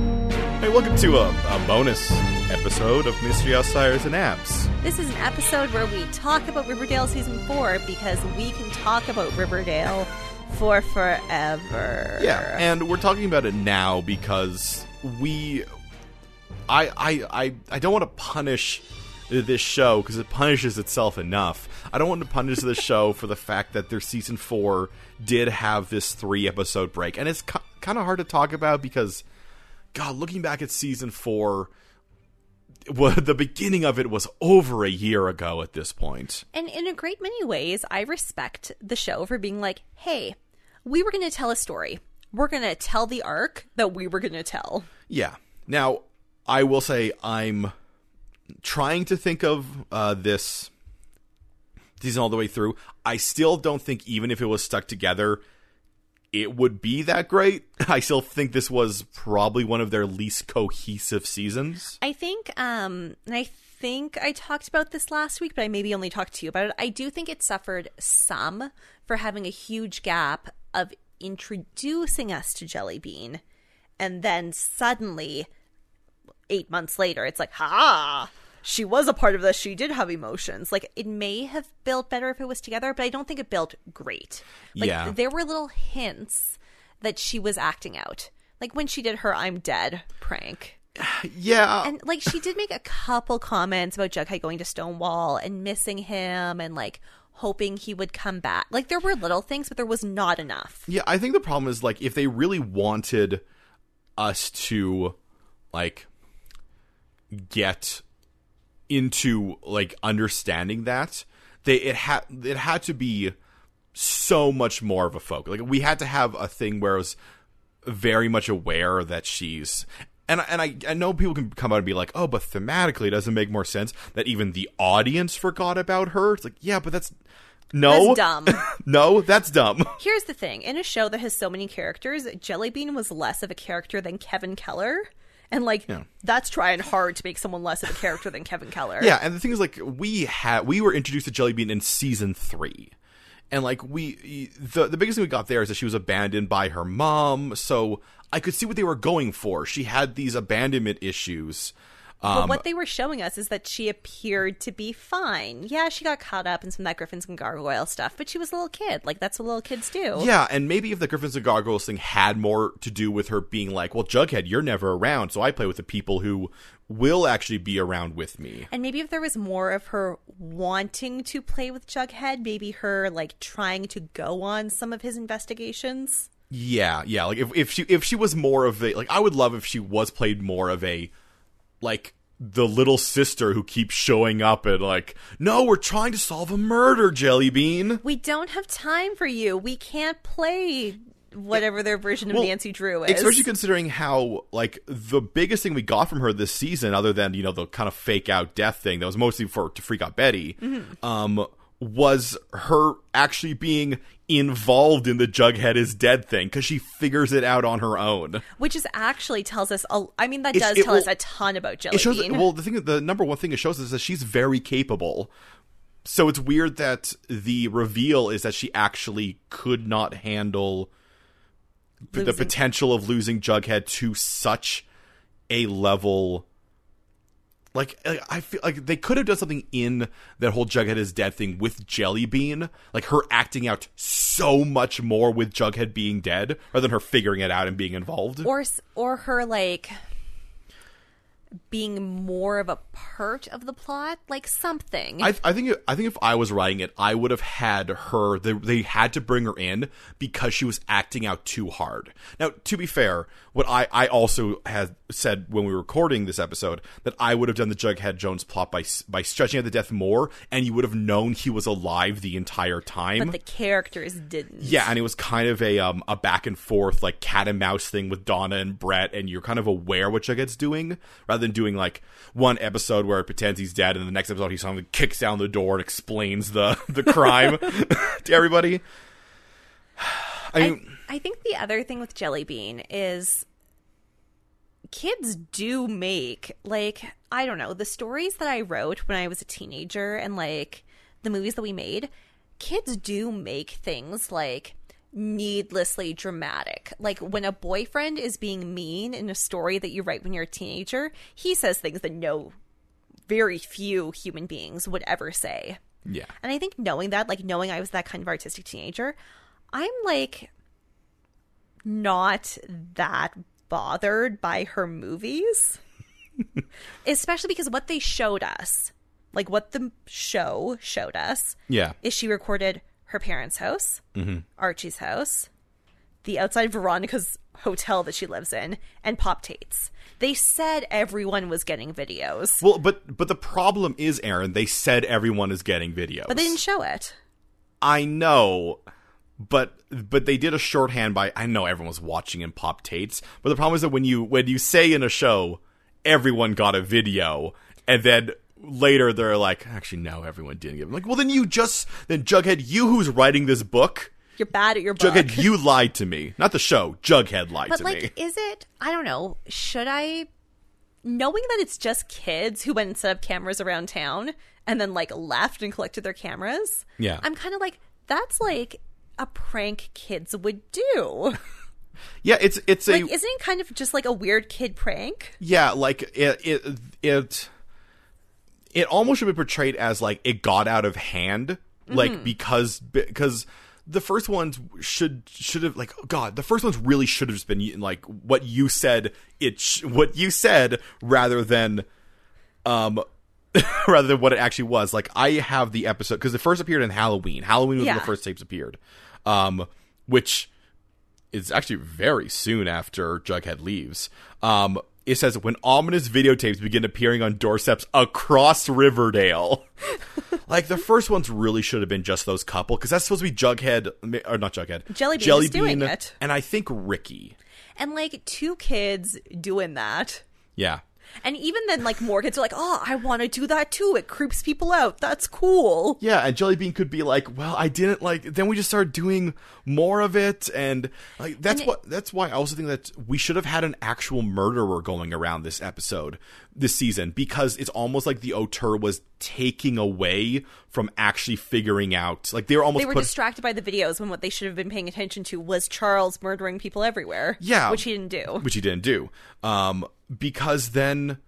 Hey, welcome to a, a bonus episode of Mystery Outsiders and Apps. This is an episode where we talk about Riverdale season four because we can talk about Riverdale for forever. Yeah, and we're talking about it now because we, I, I, I, I don't want to punish this show because it punishes itself enough. I don't want to punish this show for the fact that their season four did have this three episode break, and it's ki kind of hard to talk about because, God, looking back at season four. Well, the beginning of it was over a year ago at this point. And in a great many ways, I respect the show for being like, hey, we were going to tell a story. We're going to tell the arc that we were going to tell. Yeah. Now, I will say I'm trying to think of uh, this season all the way through. I still don't think, even if it was stuck together, it would be that great. I still think this was probably one of their least cohesive seasons. I think, um, and I think I talked about this last week, but I maybe only talked to you about it. I do think it suffered some for having a huge gap of introducing us to Jelly Bean, and then suddenly, eight months later, it's like, ha! She was a part of this. She did have emotions. Like it may have built better if it was together, but I don't think it built great. Like Yeah. there were little hints that she was acting out. Like when she did her I'm dead prank. Yeah. And like she did make a couple comments about Jughead going to Stonewall and missing him and like hoping he would come back. Like there were little things, but there was not enough. Yeah, I think the problem is like if they really wanted us to like get into like understanding that, they it had it had to be so much more of a focus. Like we had to have a thing where it was very much aware that she's and I- and I, I know people can come out and be like, oh, but thematically, it doesn't make more sense that even the audience forgot about her. It's like, yeah, but that's no That's dumb. no, that's dumb. Here's the thing in a show that has so many characters, Jellybean was less of a character than Kevin Keller. And like that's trying hard to make someone less of a character than Kevin Keller. Yeah, and the thing is, like, we had we were introduced to Jellybean in season three, and like we the the biggest thing we got there is that she was abandoned by her mom. So I could see what they were going for. She had these abandonment issues. But Um, what they were showing us is that she appeared to be fine. Yeah, she got caught up in some of that Griffins and Gargoyle stuff, but she was a little kid. Like that's what little kids do. Yeah, and maybe if the Griffins and Gargoyles thing had more to do with her being like, well, Jughead, you're never around, so I play with the people who will actually be around with me. And maybe if there was more of her wanting to play with Jughead, maybe her like trying to go on some of his investigations. Yeah, yeah. Like if if she if she was more of a like I would love if she was played more of a like the little sister who keeps showing up and like, no, we're trying to solve a murder, Jellybean. We don't have time for you. We can't play whatever their version of Well, Nancy Drew is. Especially considering how like the biggest thing we got from her this season, other than you know the kind of fake out death thing that was mostly for to freak out Betty, um, was her actually being involved in the Jughead is dead thing because she figures it out on her own. Which is actually tells us a, I mean that It's- does it tell us will- a ton about Jellybean. it shows well the thing the number one thing it shows is that she's very capable so it's weird that the reveal is that she actually could not handle p- the Losing- potential of losing jughead to such a level like I- I feel like they could have done something in that whole Jughead is dead thing with Jellybean, like her acting out so much more with Jughead being dead, rather than her figuring it out and being involved. or s- or her like being more of a part of the plot, like something. I, I think I think if I was writing it, I would have had her. They, they had to bring her in because she was acting out too hard. Now, to be fair, what I I also had said when we were recording this episode that I would have done the Jughead Jones plot by s- by stretching out the death more, and you would have known he was alive the entire time. but the characters didn't. yeah, and it was kind of a um a back and forth like cat and mouse thing with Donna and Brett, and you're kind of aware what Jughead's doing rather than doing like one episode where it pretends he's dead, and the next episode he suddenly kicks down the door and explains the the crime to everybody. I mean, I think the other thing with Jellybean is kids do make like I don't know the stories that I wrote when I was a teenager and like the movies that we made. Kids do make things like needlessly dramatic. Like when a boyfriend is being mean in a story that you write when you're a teenager, he says things that no very few human beings would ever say. Yeah. And I think knowing that, like knowing I was that kind of artistic teenager, I'm like not that bothered by her movies. Especially because what they showed us, like what the show showed us, Yeah. is she recorded her parents' house, Archie's house, the outside of Veronica's hotel that she lives in, and Pop Tate's. They said everyone was getting videos, Well, but but the problem is, Aaron. They said everyone is getting videos. but they didn't show it. I know, but but they did a shorthand by I know everyone's watching in pop tates, but the problem is that when you when you say in a show everyone got a video, and then later they're like, actually no, everyone didn't get. i like, well then you just then Jughead, you who's writing this book, You're bad at your book. Jughead, you lied to me, not the show. Jughead lied but to like, me. is it? I don't know. Should I? Knowing that it's just kids who went and set up cameras around town and then like left and collected their cameras. Yeah. I'm kind of like that's like a prank kids would do. Yeah, it's it's a Like, isn't it kind of just like a weird kid prank? Yeah, like it it it it almost should be portrayed as like it got out of hand, like because because the first ones should should have like oh god, the first ones really should have just been like what you said it sh- what you said rather than um rather than what it actually was. Like I have the episode because it first appeared in Halloween. Halloween was when Yeah. the first tapes appeared, um, which is actually very soon after Jughead leaves. Um, it says when ominous videotapes begin appearing on doorsteps across Riverdale. like the first ones really should have been just those couple because that's supposed to be Jughead or not Jughead, Jelly Bean is doing it. and I think Ricky. And like two kids doing that. Yeah, And even then, like more kids are like, oh, I want to do that too. It creeps people out. That's cool. Yeah, and Jellybean could be like, "Well, I didn't like." Then we just started doing more of it, and like that's what that's why I also think that we should have had an actual murderer going around this episode, this season, because it's almost like the auteur was taking away from actually figuring out. Like they were almost They were put. distracted by the videos when what they should have been paying attention to was Charles murdering people everywhere. Yeah. Which he didn't do. which he didn't do, um, because then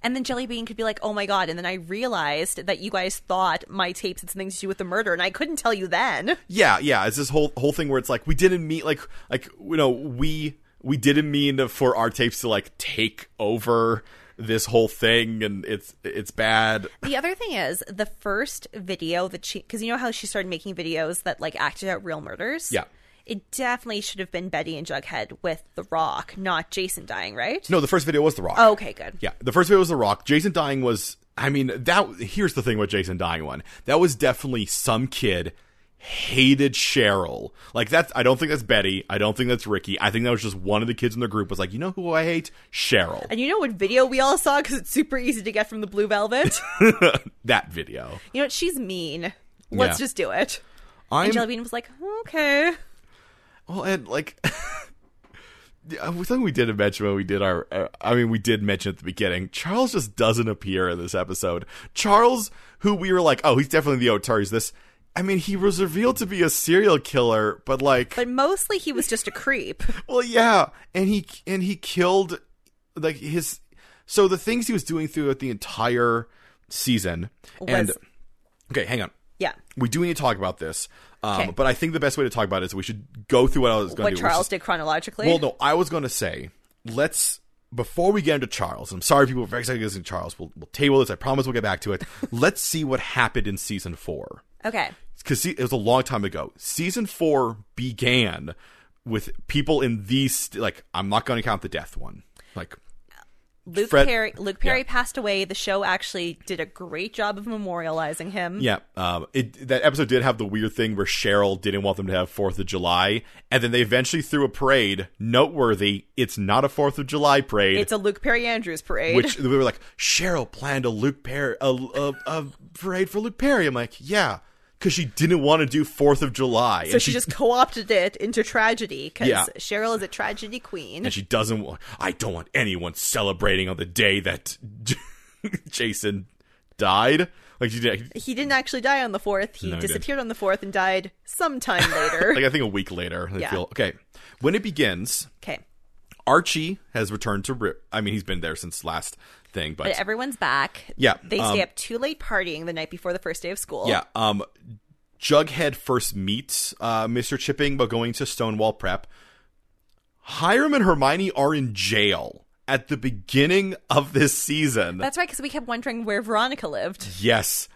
And then Jellybean could be like, oh my God. And then I realized that you guys thought my tapes had something to do with the murder. And I couldn't tell you then. Yeah, yeah. It's this whole whole thing where it's like we didn't mean like like you know we we didn't mean for our tapes to like take over this whole thing, and it's it's bad. The other thing is the first video that she, because you know how she started making videos that like acted out real murders. Yeah. it definitely should have been Betty and Jughead with The Rock, not Jason dying, right? No, the first video was The Rock. Oh, okay, good. Yeah, the first video was The Rock. Jason dying was. I mean, that here's the thing with Jason dying one. That was definitely some kid hated Cheryl. Like that's. I don't think that's Betty. I don't think that's Ricky. I think that was just one of the kids in the group was like, you know who I hate? Cheryl. And you know what video we all saw because it's super easy to get from the Blue Velvet. That video. you know what? She's mean. Let's Yeah. just do it. I'm And Jellybean was like, okay. Well, and like Yeah, something we didn't mention when we did our, uh, I mean, we did mention at the beginning. Charles just doesn't appear in this episode. Charles, who we were like, oh, he's definitely the auteur. He's this. I mean, he was revealed to be a serial killer, but like, But mostly he was just a creep. well, yeah, and he and he killed like his. So the things he was doing throughout the entire season, and Was- okay, hang on. Yeah. We do need to talk about this, um, Okay. but I think the best way to talk about it is we should go through what I was going What to do. which Charles is- did chronologically. well, no, I was going to say, let's before we get into Charles. I'm sorry, people are very excited to get into Charles. We'll, we'll table this. I promise we'll get back to it. let's see what happened in season four Okay. because it was a long time ago. Season four began with people in these like I'm not going to count the death one. Like Luke Fred- Perry Luke Perry yeah. passed away. The show actually did a great job of memorializing him. yeah, um, it, that episode did have the weird thing where Cheryl didn't want them to have Fourth of July, and then they eventually threw a parade. Noteworthy, it's not a Fourth of July parade. It's a Luke Perry Andrews parade. which we were like, Cheryl planned a Luke Perry a, a, a parade for Luke Perry. I'm like, yeah, because she didn't want to do Fourth of July, so she, just co-opted it into tragedy because Yeah. Cheryl is a tragedy queen. and she doesn't want. I don't want anyone celebrating on the day that Jason died. Like he did. He didn't actually die on the fourth. He No, he didn't. disappeared on the fourth and died sometime later. Like I think a week later, they Yeah. feel okay. When it begins, okay. Archie has returned to. Ri- I mean, he's been there since last thing, but, But everyone's back. Yeah, They um, stay up too late partying the night before the first day of school. yeah. Um, Jughead first meets uh, Mr. Chipping, but going to Stonewall Prep. Hiram and Hermione are in jail at the beginning of this season. That's right, because we kept wondering where Veronica lived. Yes.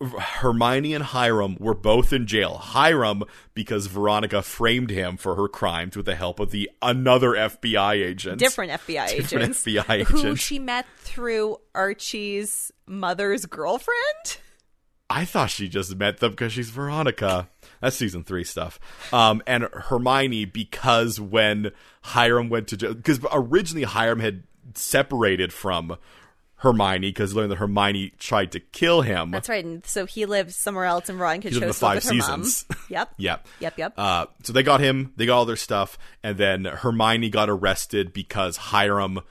Hermione and Hiram were both in jail. Hiram because Veronica framed him for her crimes with the help of the another FBI agent. Different FBI Different agents. FBI Who agents. she met through Archie's mother's girlfriend? I thought she just met them because she's Veronica. That's season three stuff. Um, and Hermione because when Hiram went to jail, because originally Hiram had separated from Hermione because learned that Hermione tried to kill him. That's right. And so he lived somewhere else, and Veronica lived in chose the to five live with her seasons. mom. Yep. yeah. Yep. Yep. Uh, so they got him. They got all their stuff, and then Hermione got arrested because Hiram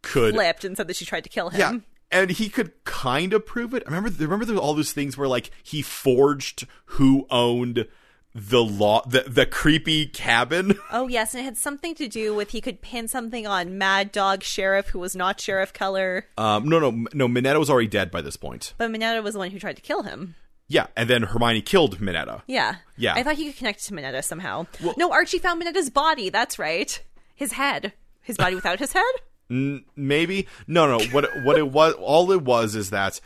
could. Flipped and said that she tried to kill him. Yeah, and he could kind of prove it. I remember. Remember, there were all those things where like he forged who owned the law, the the creepy cabin. Oh yes, and it had something to do with he could pin something on Mad Dog Sheriff, who was not Sheriff Color, Um, no, no, no. Minetta was already dead by this point. but Minetta was the one who tried to kill him. Yeah, and then Hermione killed Minetta. Yeah, Yeah. I thought he could connect to Minetta somehow. Well- no, Archie found Minetta's body. That's right, his head, his body without his head. maybe no no what what it was all it was is that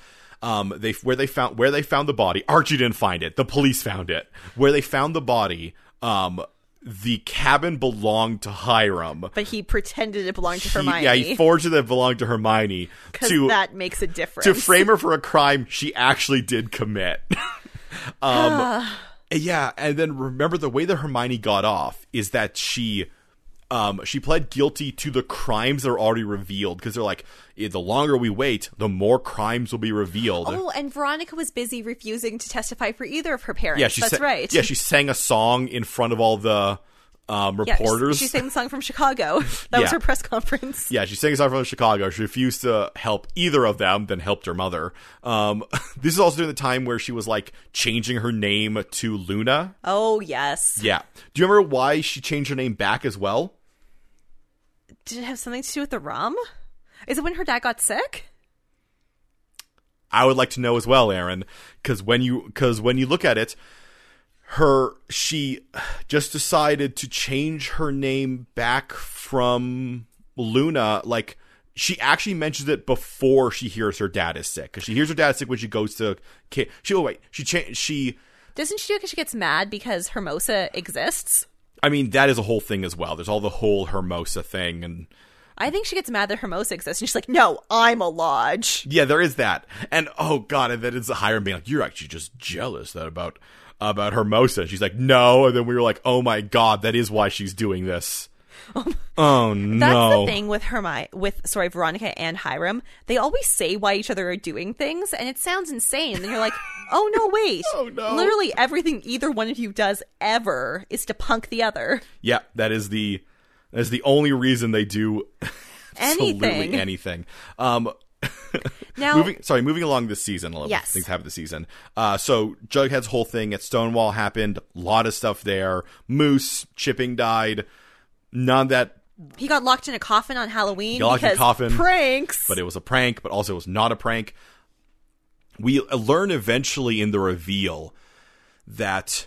um they where they found where they found the body archie didn't find it the police found it where they found the body um the cabin belonged to hiram But he pretended it belonged to He- Hermione. yeah he forged it that it belonged to hermione because to that makes a difference. to frame her for a crime she actually did commit um yeah and then remember the way that hermione got off is that she um, she pled guilty to the crimes that are already revealed because they're like, "Eh, the longer we wait, the more crimes will be revealed. oh, and Veronica was busy refusing to testify for either of her parents. yeah, she That's sa- right. Yeah, she sang a song in front of all the um, Yeah, she- reporters. She, sang the song from Chicago. That Yeah. was her press conference. yeah, she sang a song from Chicago. She refused to help either of them, then helped her mother. Um, this is also during the time where she was like changing her name to Luna. Oh yes. Yeah. Do you remember why she changed her name back as well? Did it have something to do with the rum? Is it when her dad got sick? I would like to know as well, Aaron, because when you because when you look at it, her she just decided to change her name back from Luna. Like she actually mentions it before she hears her dad is sick, because she hears her dad is sick when she goes to. Ki- She oh wait, she cha- she. Doesn't she do it because she gets mad because Hermosa exists? I mean, that is a whole thing as well. There's all the whole Hermosa thing, and I think she gets mad that Hermosa exists, and she's like, "No, I'm a lodge." Yeah, there is that. And oh god, and then it's Hiram being like, You're actually just jealous that about about Hermosa. And she's like, No, and then we were like, Oh my god, that is why she's doing this. Oh That's no. the thing with Hermi with sorry Veronica and Hiram. They always say why each other are doing things, and it sounds insane. And then you're like, "Oh no, wait! Oh, no. Literally everything either one of you does ever is to punk the other. Yeah, that is the that is the only reason they do Anything. absolutely anything. Um now, moving sorry, moving along this season a little Yes. things happen this season. Uh so Jughead's whole thing at Stonewall happened, a lot of stuff there. Moose, Chipping died, none that he got locked in a coffin on Halloween Got locked in a because coffin, pranks. but it was a prank, but also it was not a prank. We uh, learn eventually in the reveal that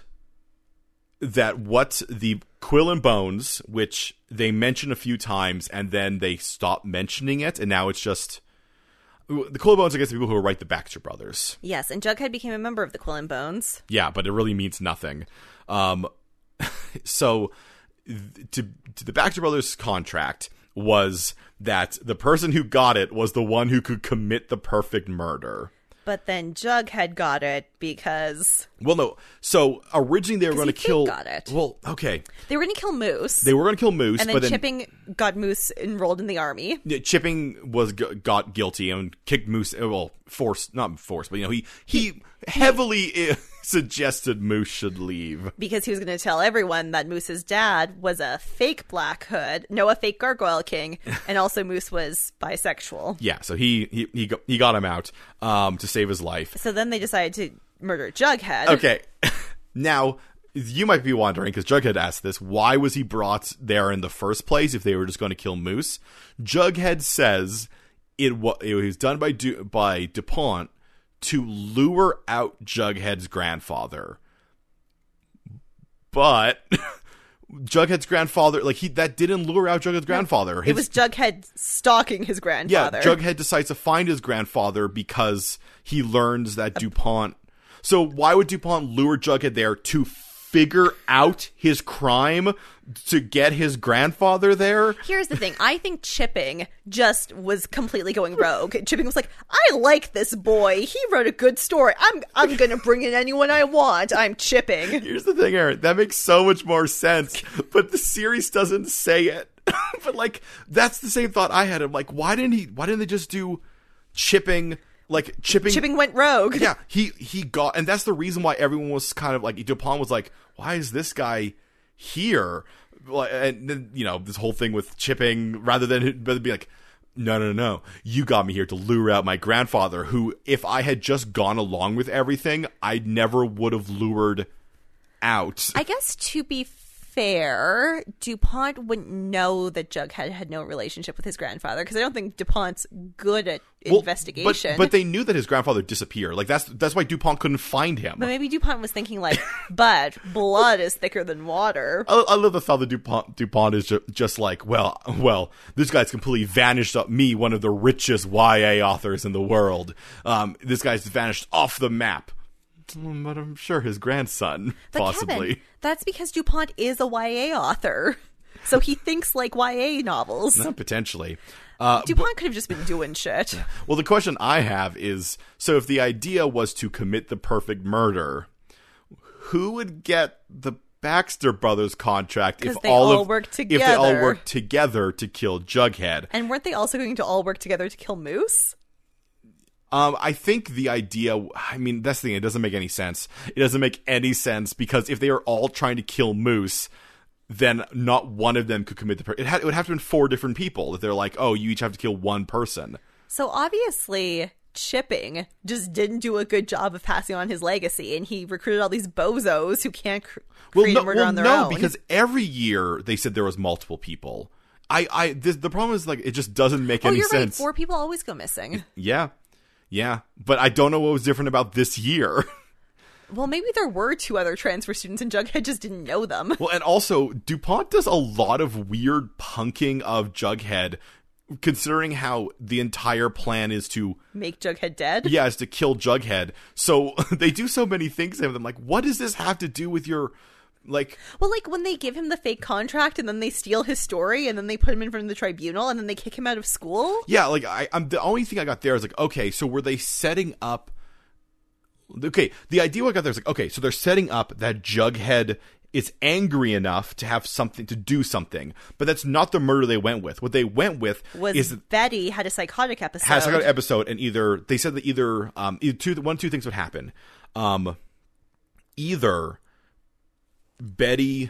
that what the Quill and Bones, which they mention a few times and then they stop mentioning it, and now it's just the Quill and Bones. I guess the people who write the Baxter Brothers. yes, and Jughead became a member of the Quill and Bones. Yeah, but it really means nothing. Um, so th- to, to the Baxter Brothers contract was that the person who got it was the one who could commit the perfect murder. But then Jughead got it because Well, no. So originally they were going to Because he kill. got it. Well, okay, they were going to kill Moose, they were going to kill Moose, and then, but then Chipping got Moose enrolled in the army. Yeah, Chipping was g- got uh, guilty and kicked Moose. Well, forced, not forced, but you know he he heavily eh, suggested Moose should leave. because he was going to tell everyone that Moose's dad was a fake Black Hood, no, a fake Gargoyle King, and also Moose was bisexual. Yeah, so he he he got, he got him out um, to save his life. So then they decided to murder Jughead. Okay, now you might be wondering because Jughead asked this: Why was he brought there in the first place if they were just going to kill Moose? Jughead says it was it was done by du- by Dupont to lure out Jughead's grandfather, but. Jughead's grandfather, like he, that didn't lure out Jughead's grandfather. It was Jughead stalking his Yeah, grandfather. Jughead decides to find his grandfather because he learns that DuPont. So why would DuPont lure Jughead there to figure out his crime to get his grandfather there? Here's the thing. I think Chipping just was completely going rogue. Chipping was like, "I like this boy. He wrote a good story. I'm I'm going to bring in anyone I want. I'm Chipping." Here's the thing, Aaron. That makes so much more sense, but the series doesn't say it. but like, that's the same thought I had. I'm like, why didn't he? Why didn't they just do chipping? Like chipping, Chipping went rogue. yeah, he he got, and that's the reason why everyone was kind of like Dupont was like, why is this guy here? Like, and then you know this whole thing with chipping rather than rather be like. No, no, no! You got me here to lure out my grandfather, who, if I had just gone along with everything, I never would have lured out. I guess to be fair, DuPont wouldn't know that Jughead had no relationship with his grandfather because I don't think DuPont's good at Well, investigation. but, but they knew that his grandfather disappeared. Like that's that's why Dupont couldn't find him. But maybe DuPont was thinking like, but blood is thicker than water. I, I love the thought that Dupont, Dupont is ju- just like, well, well, this guy's completely vanished up me, one of the richest YA authors in the world. Um, this guy's vanished off the map. Mm, But I'm sure his grandson, But possibly. Kevin, that's because DuPont is a YA author. So he thinks like YA novels. Uh, Potentially. Uh, DuPont could have just been doing shit. well, the question I have is so if the idea was to commit the perfect murder, who would get the Baxter Brothers contract if 'Cause they all all of, work if they all together. worked together to kill Jughead? And weren't they also going to all work together to kill Moose? Um, I think the idea. I mean, that's the thing. It doesn't make any sense. It doesn't make any sense because if they are all trying to kill Moose, then not one of them could commit the. Per- it, ha- it would have to have been four different people that they're like, oh, you each have to kill one person. So obviously, Chipping just didn't do a good job of passing on his legacy, and he recruited all these bozos who can't cr- create a murder well, on their no, own. because every year they said there was multiple people. I, I, this, the problem is like it just doesn't make oh, any you're right. sense. Four people always go missing. yeah, yeah, but I don't know what was different about this year. Well, maybe there were two other transfer students, and Jughead just didn't know them. Well, and also DuPont does a lot of weird punking of Jughead, considering how the entire plan is to Make Jughead dead. yeah is to kill Jughead. So they do so many things to him. I'm like, what does this have to do with your like? Well, like when they give him the fake contract and then they steal his story and then they put him in front of the tribunal and then they kick him out of school. Yeah, like I, I'm the only thing I got there is like, okay, so were they setting up? Okay, the idea I got there is like, okay, so they're setting up that Jughead is angry enough to have something to do something, but that's not the murder they went with. What they went with Was is Betty had a psychotic episode? has like an episode, and either they said that either um either two one two things would happen, um, either Betty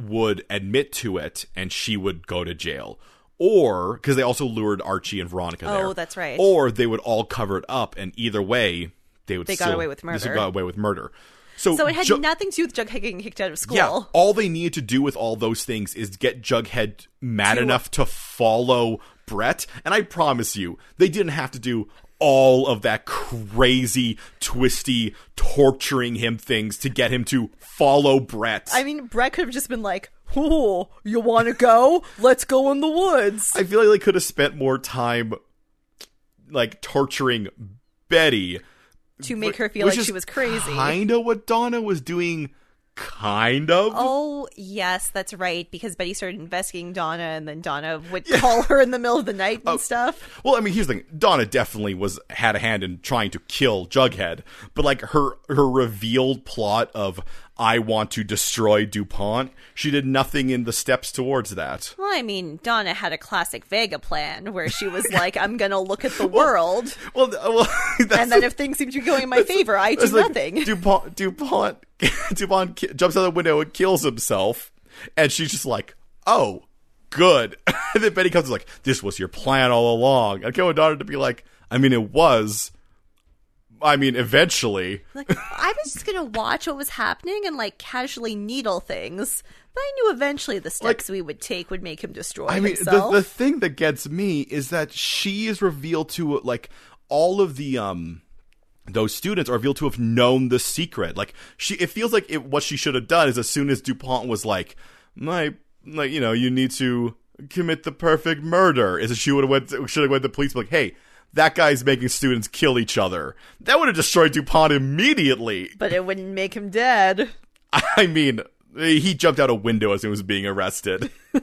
would admit to it and she would go to jail, or because they also lured Archie and Veronica. Oh, there. that's right. Or they would all cover it up, and either way, they would They got still, away with they still murder. Got away with murder. So so it had Ju- nothing to do with Jughead getting kicked out of school. yeah, all they needed to do with all those things is get Jughead mad enough to follow Brett, and I promise you, they didn't have to do all of that crazy, twisty, torturing him things to get him to follow Brett. I mean, Brett could have just been like, "Ooh, you want to go? Let's go in the woods." I feel like they could have spent more time like torturing Betty, To make her feel like she was crazy. Kind of what Donna was doing, kind of. Oh, yes, that's right. Because Betty started investigating Donna, and then Donna would call her in the middle of the night and Oh. stuff. Well, I mean, here's the thing: Donna definitely was had a hand in trying to kill Jughead, but like her her revealed plot of I want to destroy DuPont. She did nothing in the steps towards that. Well, I mean, Donna had a classic Vega plan where she was like, I'm going to look at the world. Well, th- well that's and then if things seem to be going in my favor, I do It's like nothing. DuPont DuPont DuPont ki- jumps out the window and kills himself, and she's just like, "Oh, good." and then Betty comes and is like, "This was your plan all along." And Kevin Donner to be like, "I mean, it was. I mean, eventually." Like, I was just gonna watch what was happening and like casually needle things, but I knew eventually the steps we would take would make him destroy I mean, the, himself. the thing that gets me is that she is revealed to like all of the um those students are revealed to have known the secret. Like she, it feels like it, what she should have done is as soon as Dupont was like, my, like you know, you need to commit the perfect murder, is that she would have went to- should have went to the police like, hey. That guy's making students kill each other. That would have destroyed DuPont immediately. but it wouldn't make him dead. I mean, he jumped out a window as he was being arrested.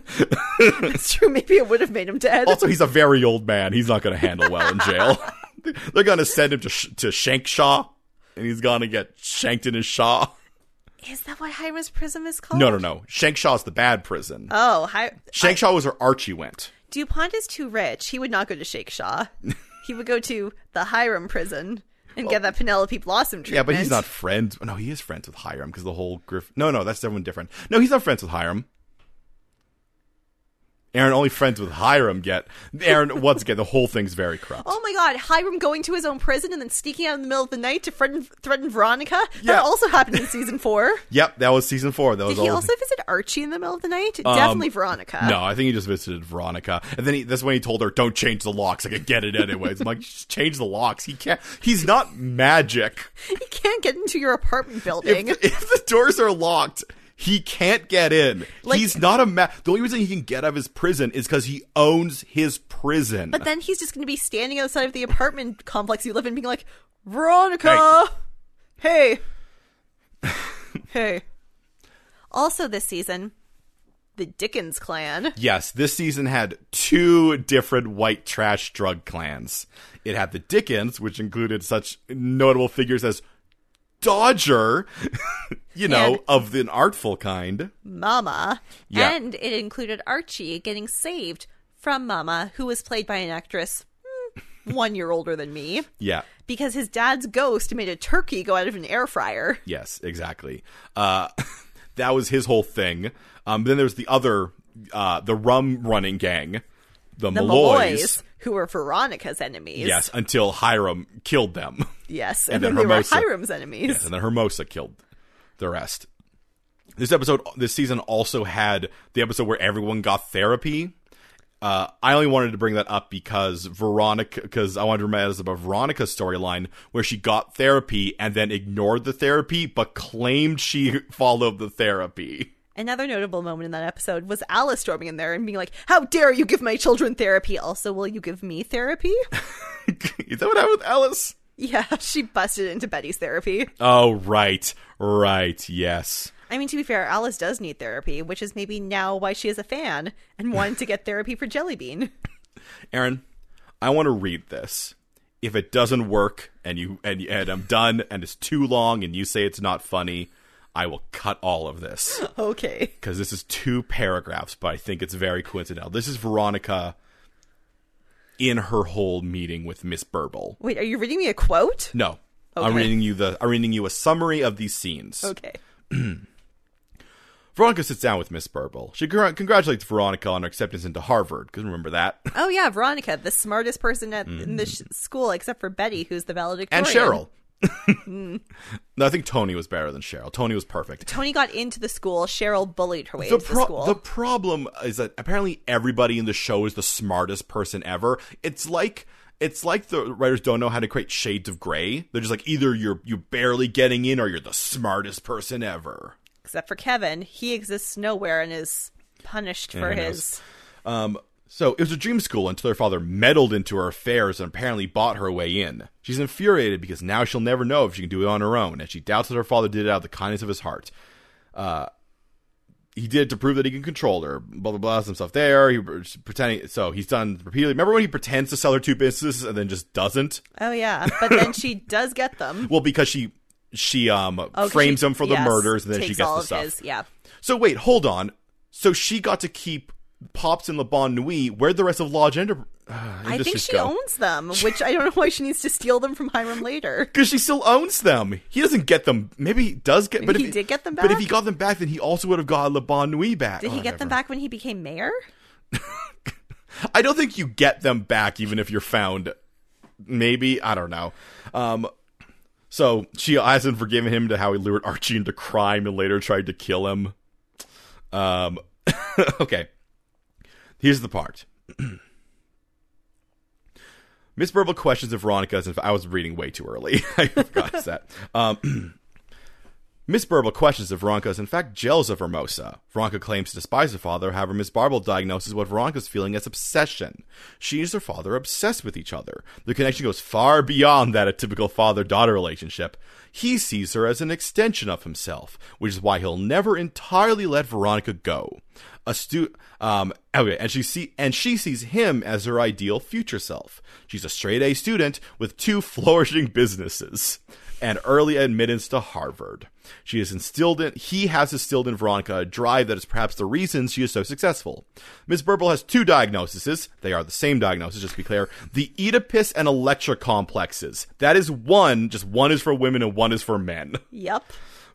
It's true. Maybe it would have made him dead. Also, he's a very old man. He's not going to handle well in jail. They're going to send him to sh- to Shankshaw, and he's going to get shanked in his shaw. Is that what Hiram's prism is called? No, no, no. Shankshaw's the bad prison. Oh, Hi- Shankshaw was where Archie went. Dupont is too rich. He would not go to Shake Shaw. he would go to the Hiram prison and get that Penelope Blossom Yeah, treatment. but he's not friends. No, he is friends with Hiram because the whole Griff. No, no, that's everyone different. No, he's not friends with Hiram. Aaron only friends with Hiram get. Aaron once again, the whole thing's very corrupt. Oh my god, Hiram going to his own prison and then sneaking out in the middle of the night to threaten, threaten Veronica? Yeah. That also happened in season four. Yep, that was season four. That was Did he all- Um, also visit Archie in the middle of the night? Definitely Veronica. No, I think he just visited Veronica, and then he, that's when he told her, "Don't change the locks. I can get it anyways." I'm like, "Just change the locks. He can't. He's not magic. He can't get into your apartment If, building. the- if the doors are locked, he can't get in. Like- he's not a ma- The only reason he can get out of his prison is because he owns his prison. but then he's just going to be standing outside of the apartment complex you live in being like, Veronica! Hey. Hey! hey. Also this season, the Dickens clan. Yes, this season had two different white trash drug clans. It had the Dickens, which included such notable figures as Dodger, you know, And- of an artful kind. Mama. Yeah. And it included Archie getting saved from Mama, who was played by an actress hmm, one year older than me, Yeah. because his dad's ghost made a turkey go out of an air fryer. Yes, exactly. Uh, that was his whole thing. Um, then there's the other, uh, the rum running gang, the, The Malloys. Malloys, who were Veronica's enemies. Yes, until Hiram killed them, Yes. And, And then then they were Hermosa. Hiram's enemies. and then Hermosa killed the rest. This episode, this season also had the episode where everyone got therapy. Uh, I only wanted to bring that up because Veronica, because I wanted to remind us about Veronica's storyline where she got therapy and then ignored the therapy, but claimed she followed the therapy. Another notable moment in that episode was Alice storming in there and being like, How dare you give my children therapy? Also, will you give me therapy? Is that what happened with Alice? yeah, she busted into Betty's therapy. Oh, right, right, yes. I mean, to be fair, Alice does need therapy, which is maybe now why she is a fan and wanted to get therapy for Jellybean. Aaron, I want to read this. If it doesn't work and you and and I'm done and it's too long and you say it's not funny, I will cut all of this Okay. because this is two paragraphs, but I think it's very coincidental. This is Veronica in her whole meeting with Miss Burble. Wait, are you reading me a quote? No, I'm Okay. reading you the I'm reading you a summary of these scenes. Okay. Veronica sits down with Miss Burble. She congr- congratulates Veronica on her acceptance into Harvard. Because remember that. Oh yeah, Veronica, the smartest person at in the sh- school except for Betty, who's the valedictorian. Mm-hmm. And Cheryl. no, I think Tony was better than Cheryl. Tony was perfect. Mm. Tony got into the school. Cheryl bullied her way The, into the pro- school. the problem is that apparently everybody in the show is the smartest person ever. It's like it's like the writers don't know how to create shades of gray. They're just like either you're you're barely getting in or you're the smartest person ever. except for Kevin, he exists nowhere and is punished for who knows? his. So it was a dream school until her father meddled into her affairs and apparently bought her way in. She's infuriated because now she'll never know if she can do it on her own, and she doubts that her father did it out of the kindness of his heart. Uh, he did it to prove that he can control her. Blah blah blah. Some stuff there. He pretending. So he's done repeatedly. Remember when he pretends to sell her two businesses and then just doesn't? Oh yeah, but then she does get them. Well, because she she um Oh, 'cause frames she- him for the yes, murders and then she takes gets all the of stuff. his- yeah. So wait, hold on. So she got to keep Pops and Le Bon Nuit. Where'd the rest of Lodge Enter- uh, I think Industries she go? owns them, which I don't know why she needs to steal them from Hiram later. because she still owns them. He doesn't get them. Maybe he does get. But Maybe if he did get them But if back? he got them back, then he also would have got Le Bon Nuit back. Did Oh, he get them whatever. back when he became mayor? I don't think you get them back even if you're found. Maybe I don't know. Um, so she hasn't forgiven him to how he lured Archie into crime and later tried to kill him. Um, okay. Here's the part. Miss Burble questions if Veronica is. In fa- I was reading way too early. I forgot that. Um, Miss Burble questions if Veronica is in fact jealous of Hermosa. Veronica claims to despise her father. However, Miss Burble diagnoses what Veronica's feeling as obsession. She and her father are obsessed with each other. The connection goes far beyond that a typical father-daughter relationship. He sees her as an extension of himself, which is why he'll never entirely let Veronica go. Astute, um, okay, and she see and she sees him as her ideal future self. She's a straight A student with two flourishing businesses and early admittance to Harvard. She has instilled in he has instilled in Veronica a drive that is perhaps the reason she is so successful. Ms. Burble has two diagnoses. They are the same diagnosis, just to be clear. The Oedipus and Electra complexes. That is one, just one is for women and one is for men. Yep.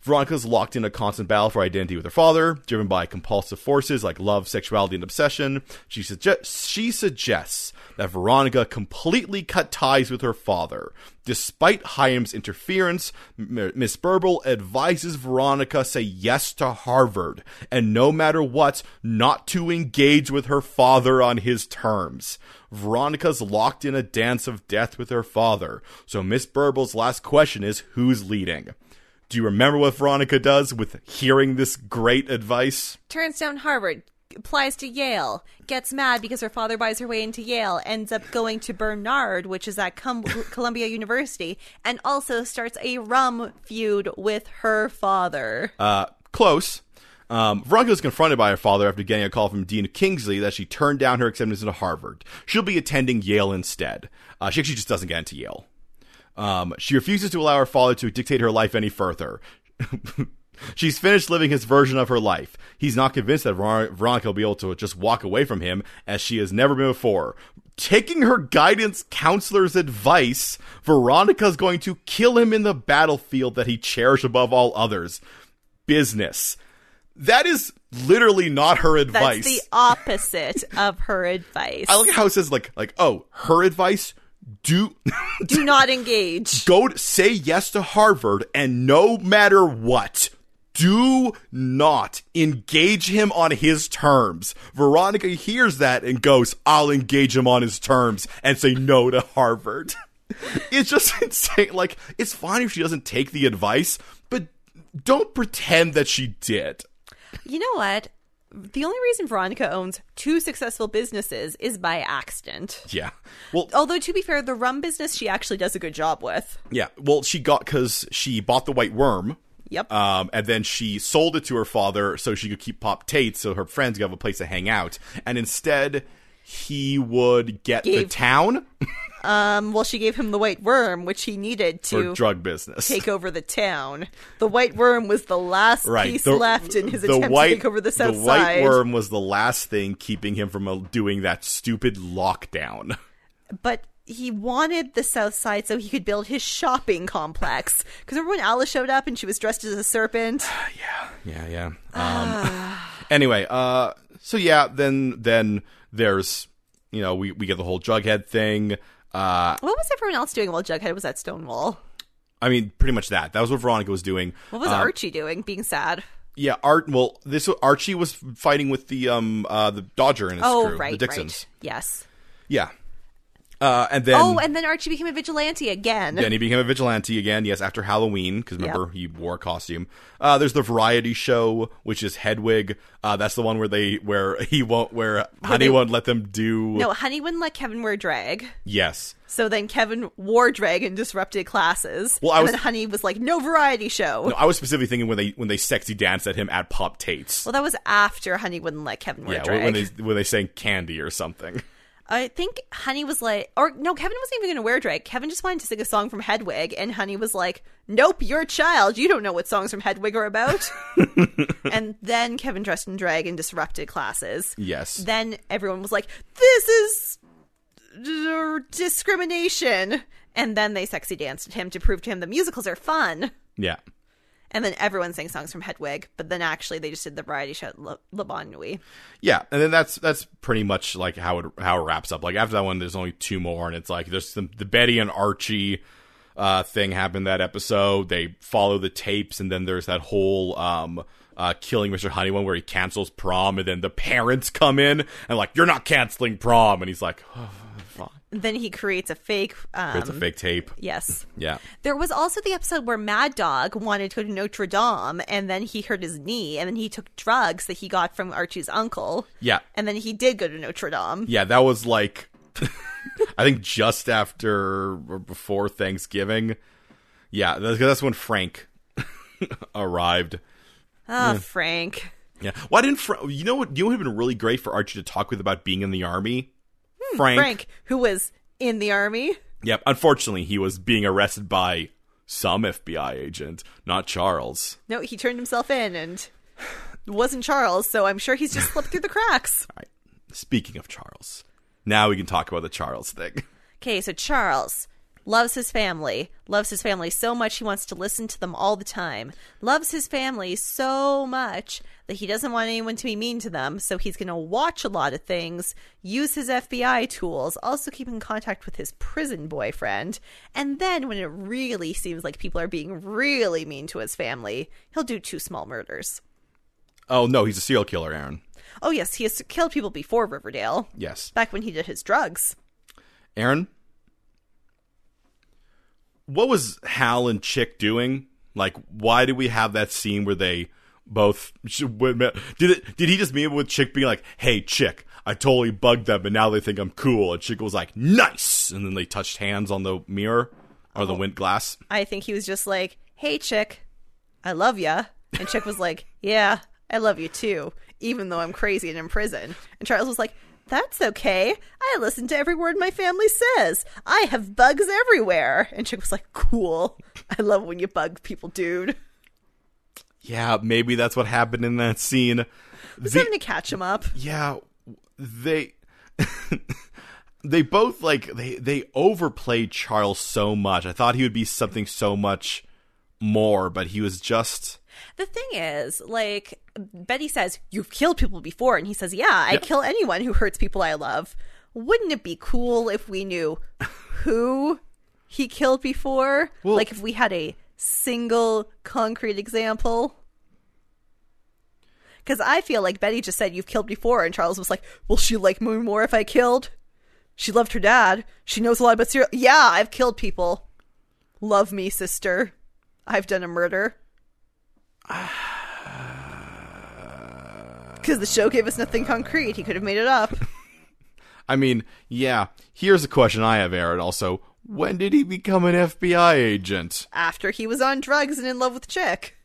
Veronica's locked in a constant battle for identity with her father, driven by compulsive forces like love, sexuality, and obsession. She, sugge- she suggests that Veronica completely cut ties with her father. Despite Hyam's interference, M- Miss Burble advises Veronica say yes to Harvard, and no matter what, not to engage with her father on his terms. Veronica's locked in a dance of death with her father, so Miss Burble's last question is who's leading? Do you remember what Veronica does with hearing this great advice? Turns down Harvard, applies to Yale, gets mad because her father buys her way into Yale, ends up going to Bernard, which is at Com- Columbia University, and also starts a rum feud with her father. Uh, close. Um, Veronica is confronted by her father after getting a call from Dean Kingsley that she turned down her acceptance into Harvard. She'll be attending Yale instead. Uh, she actually just doesn't get into Yale. Um, she refuses to allow her father to dictate her life any further. She's finished living his version of her life. He's not convinced that Ver- Veronica will be able to just walk away from him as she has never been before. Taking her guidance counselor's advice, Veronica's going to kill him in the battlefield that he cherished above all others business. That is literally not her That's advice. the opposite of her advice. I like how it says like like oh her advice do Do not engage. go to, say yes to Harvard and no matter what, do not engage him on his terms. Veronica hears that and goes, I'll engage him on his terms and say no to Harvard. it's just insane. Like, it's fine if she doesn't take the advice, but don't pretend that she did. You know what? The only reason Veronica owns two successful businesses is by accident. Yeah. Well, Although, to be fair, the rum business she actually does a good job with. yeah. Well, she got, cause she bought the white worm. Yep. Um, and then she sold it to her father so she could keep Pop Tate so her friends could have a place to hang out. And instead, he would get the Gave- town Um, well, she gave him the white worm, which he needed for to drug business. take over the town. The white worm was the last right. piece the, left in his the attempt white, to take over the south The white side. worm was the last thing keeping him from uh, doing that stupid lockdown. But he wanted the south side so he could build his shopping complex. Because remember when Alice showed up and she was dressed as a serpent? Yeah, yeah. Um, Ah. anyway, uh, so yeah, then then there's you know we we get the whole Jughead thing. Uh, What was everyone else doing while Jughead was at Stonewall? I mean, pretty much that. That was what Veronica was doing. What was Archie doing? Being sad. Yeah, Art. Well, this Archie was fighting with the um uh the Dodger and his Oh, crew, right, the Dixons. right. Yes. Yeah, uh, and then oh, and then Archie became a vigilante again. then he became a vigilante again. Yes, after Halloween, because remember he wore a costume. Uh, there's the variety show, which is Hedwig. Uh, that's the one where they where he won't where, Honey they- won't let them do. no, Honey wouldn't let Kevin wear drag. Yes, So then Kevin wore drag and disrupted classes. Well, I and was- then Honey was like, no variety show. no, I was specifically thinking when they when they sexy danced at him at Pop Tate's. Well, that was after Honey wouldn't let Kevin wear yeah, drag. when they when they sang candy or something. I think Honey was like, or no, Kevin wasn't even going to wear drag. Kevin just wanted to sing a song from Hedwig, and Honey was like, "Nope, you're a child. You don't know what songs from Hedwig are about." and then Kevin dressed in drag and disrupted classes. Yes. Then everyone was like, "This is d- discrimination," and then they sexy danced him to prove to him the musicals are fun. yeah. And then everyone sang songs from Hedwig, but then actually they just did the variety show Le, Le Bon Nuit. Yeah, and then that's that's pretty much like how it how it wraps up. Like after that one, there's only two more, and it's like there's some, the Betty and Archie uh, thing happened that episode. They follow the tapes, and then there's that whole um, uh, killing Mr. Honey one where he cancels prom, and then the parents come in and like you're not canceling prom, and he's like, oh, fine. Then he creates a fake. Um, It's a fake tape. Yes. Yeah, There was also the episode where Mad Dog wanted to go to Notre Dame and then he hurt his knee and then he took drugs that he got from Archie's uncle. yeah, And then he did go to Notre Dame. yeah. That was like, I think just after or before Thanksgiving. Yeah, that's, that's when Frank arrived. Ah, Frank. Yeah. Why didn't Fra- you know what? You know what would have been really great for Archie to talk with about being in the army? Frank. Frank, who was in the army. Yep. Unfortunately, he was being arrested by some FBI agent, not Charles. No, he turned himself in and wasn't Charles, so I'm sure he's just slipped through the cracks. All right. Speaking of Charles, now we can talk about the Charles thing. Okay, so Charles loves his family, loves his family so much he wants to listen to them all the time, loves his family so much that he doesn't want anyone to be mean to them, so he's going to watch a lot of things, use his FBI tools, also keep in contact with his prison boyfriend, and then when it really seems like people are being really mean to his family, he'll do two small murders. Oh no, he's a serial killer, Aaron. Oh, yes, he has killed people before Riverdale, Yes, back when he did his drugs. Aaron. What was Hal and Chick doing? Like, why did we have that scene where they both did it? Did he just meet with Chick being like, "Hey, Chick, I totally bugged them, and now they think I'm cool," and Chick was like, "Nice," and then they touched hands on the mirror or the wind glass. I think he was just like, "Hey, chick, I love ya," and chick was like, "Yeah, I love you too, even though I'm crazy and in prison." And Charles was like, "That's okay. I listen to every word my family says. I have bugs everywhere." And chick was like, "Cool. I love when you bug people, dude." Yeah, maybe that's what happened in that scene. Just The- having to catch him up. yeah they they both like they they overplayed charles so much i thought he would be something so much more but he was just The thing is, like Betty says, "You've killed people before," and he says, "Yeah, I kill anyone who hurts people I love." Wouldn't it be cool if we knew who he killed before? Well- like if we had a single concrete example. Because I feel like Betty just said, "You've killed before," and Charles was like, "Will she like me more if I killed?" She loved her dad. She knows a lot about serial. Yeah, I've killed people. Love me, sister. I've done a murder. Because the show gave us nothing concrete. He could have made it up. i mean yeah here's a question i have aaron also when did he become an fbi agent After he was on drugs and in love with Chick.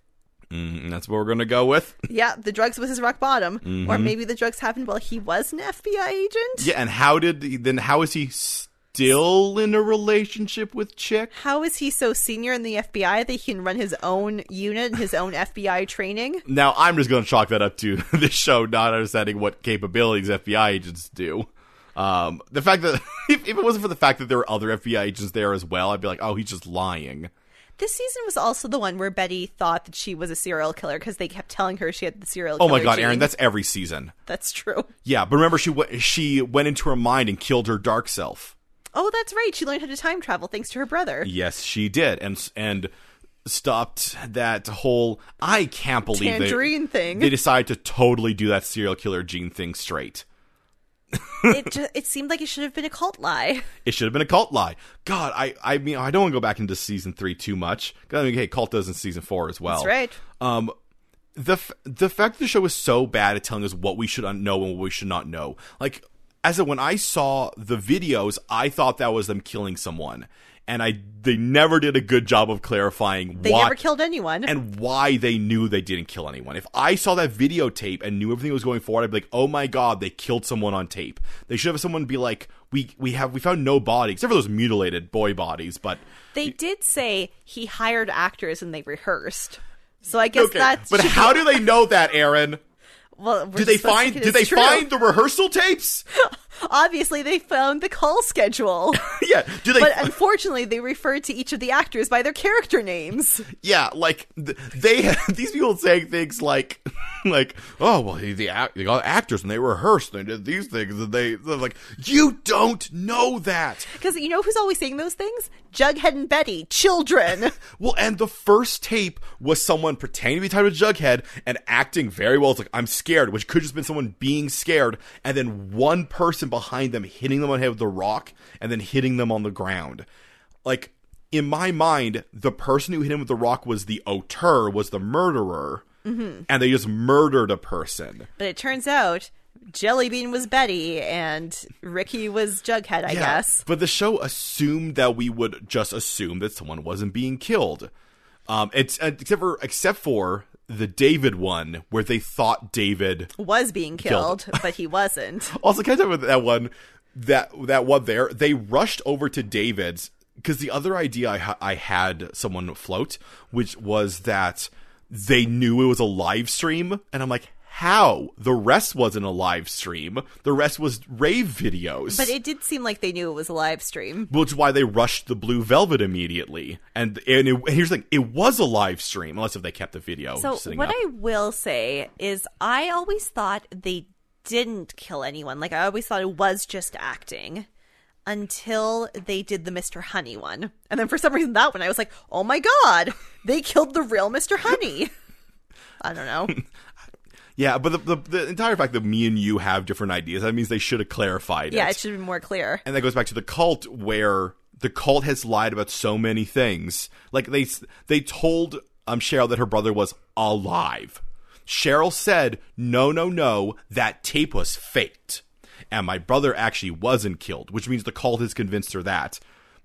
mm, that's what we're gonna go with Yeah, the drugs was his rock bottom. Or Mm-hmm. maybe the drugs happened while he was an FBI agent? yeah and how did he- then how is he still in a relationship with chick How is he so senior in the FBI that he can run his own unit and his own FBI training? now i'm just gonna chalk that up to the show not understanding what capabilities fbi agents do um, the fact that if, if it wasn't for the fact that there were other fbi agents there as well i'd be like oh he's just lying This season was also the one where Betty thought that she was a serial killer because they kept telling her she had the serial oh killer. my god gene. aaron that's every season That's true. yeah but remember she went she went into her mind and killed her dark self Oh, that's right. She learned how to time travel thanks to her brother. yes she did and and stopped that whole i can't believe they- Tangerine thing. they decided to totally do that serial killer gene thing straight it just, it seemed like it should have been a cult lie. It should have been a cult lie. God, I, I mean, I don't want to go back into season three too much. 'Cause, I mean, hey, cult does in season four as well. That's right. Um, the f- the fact that the show is so bad at telling us what we should un- know and what we should not know, like as that when I saw the videos, I thought that was them killing someone, and I they never did a good job of clarifying They why never killed anyone. and why they knew they didn't kill anyone. If I saw that videotape and knew everything was going forward, I'd be like, "Oh my god, they killed someone on tape." They should have someone be like, "We we have we found no body except for those mutilated boy bodies." But they did say he hired actors and they rehearsed. So I guess okay, that's but how do they know that, Aaron? well, we're Did they supposed to find? think it Did is they true. find the rehearsal tapes? Obviously, they found the call schedule, yeah. Do they? but uh, unfortunately, they referred to each of the actors by their character names. yeah. Like th- they. these people saying things like, like, oh well, the, the act- they got actors and they rehearsed and they did these things and they they're like, you don't know that. Because you know who's always saying those things? Jughead and Betty, children. Well, and the first tape was someone pretending to be tied to Jughead and acting very well. It's like I'm scared, which could just been someone being scared, and then one person behind them hitting them on the head with the rock and then hitting them on the ground. Like in my mind, the person who hit him with the rock was the auteur, was the murderer, and they just murdered a person. but it turns out Jellybean was Betty and Ricky was Jughead, I Yeah, guess. But the show assumed that we would just assume that someone wasn't being killed. Um, it's uh, except for except for the David one where they thought David. Was being Killed. killed, but he wasn't. Also, can I talk about that one? That that one there. They rushed over to David's because the other idea I ha- I had someone float, which was that they knew it was a live stream, and I'm like. How the rest wasn't a live stream. The rest was rave videos. But it did seem like they knew it was a live stream. which is why they rushed the blue velvet immediately. And and, it, and here's the thing: it was a live stream, unless if they kept the video. So sitting what up. I will say is I always thought they didn't kill anyone. Like I always thought it was just acting until they did the Mr. Honey one. And then for some reason that one I was like, "Oh my god, they killed the real Mr. Honey." I don't know. yeah, but the, the the entire fact that me and you have different ideas that means they should have clarified Yeah, it. it should be more clear. and that goes back to the cult where the cult has lied about so many things. Like they they told um Cheryl that her brother was alive. Cheryl said, "No, no, no, that tape was faked." And my brother actually wasn't killed, which means the cult has convinced her that.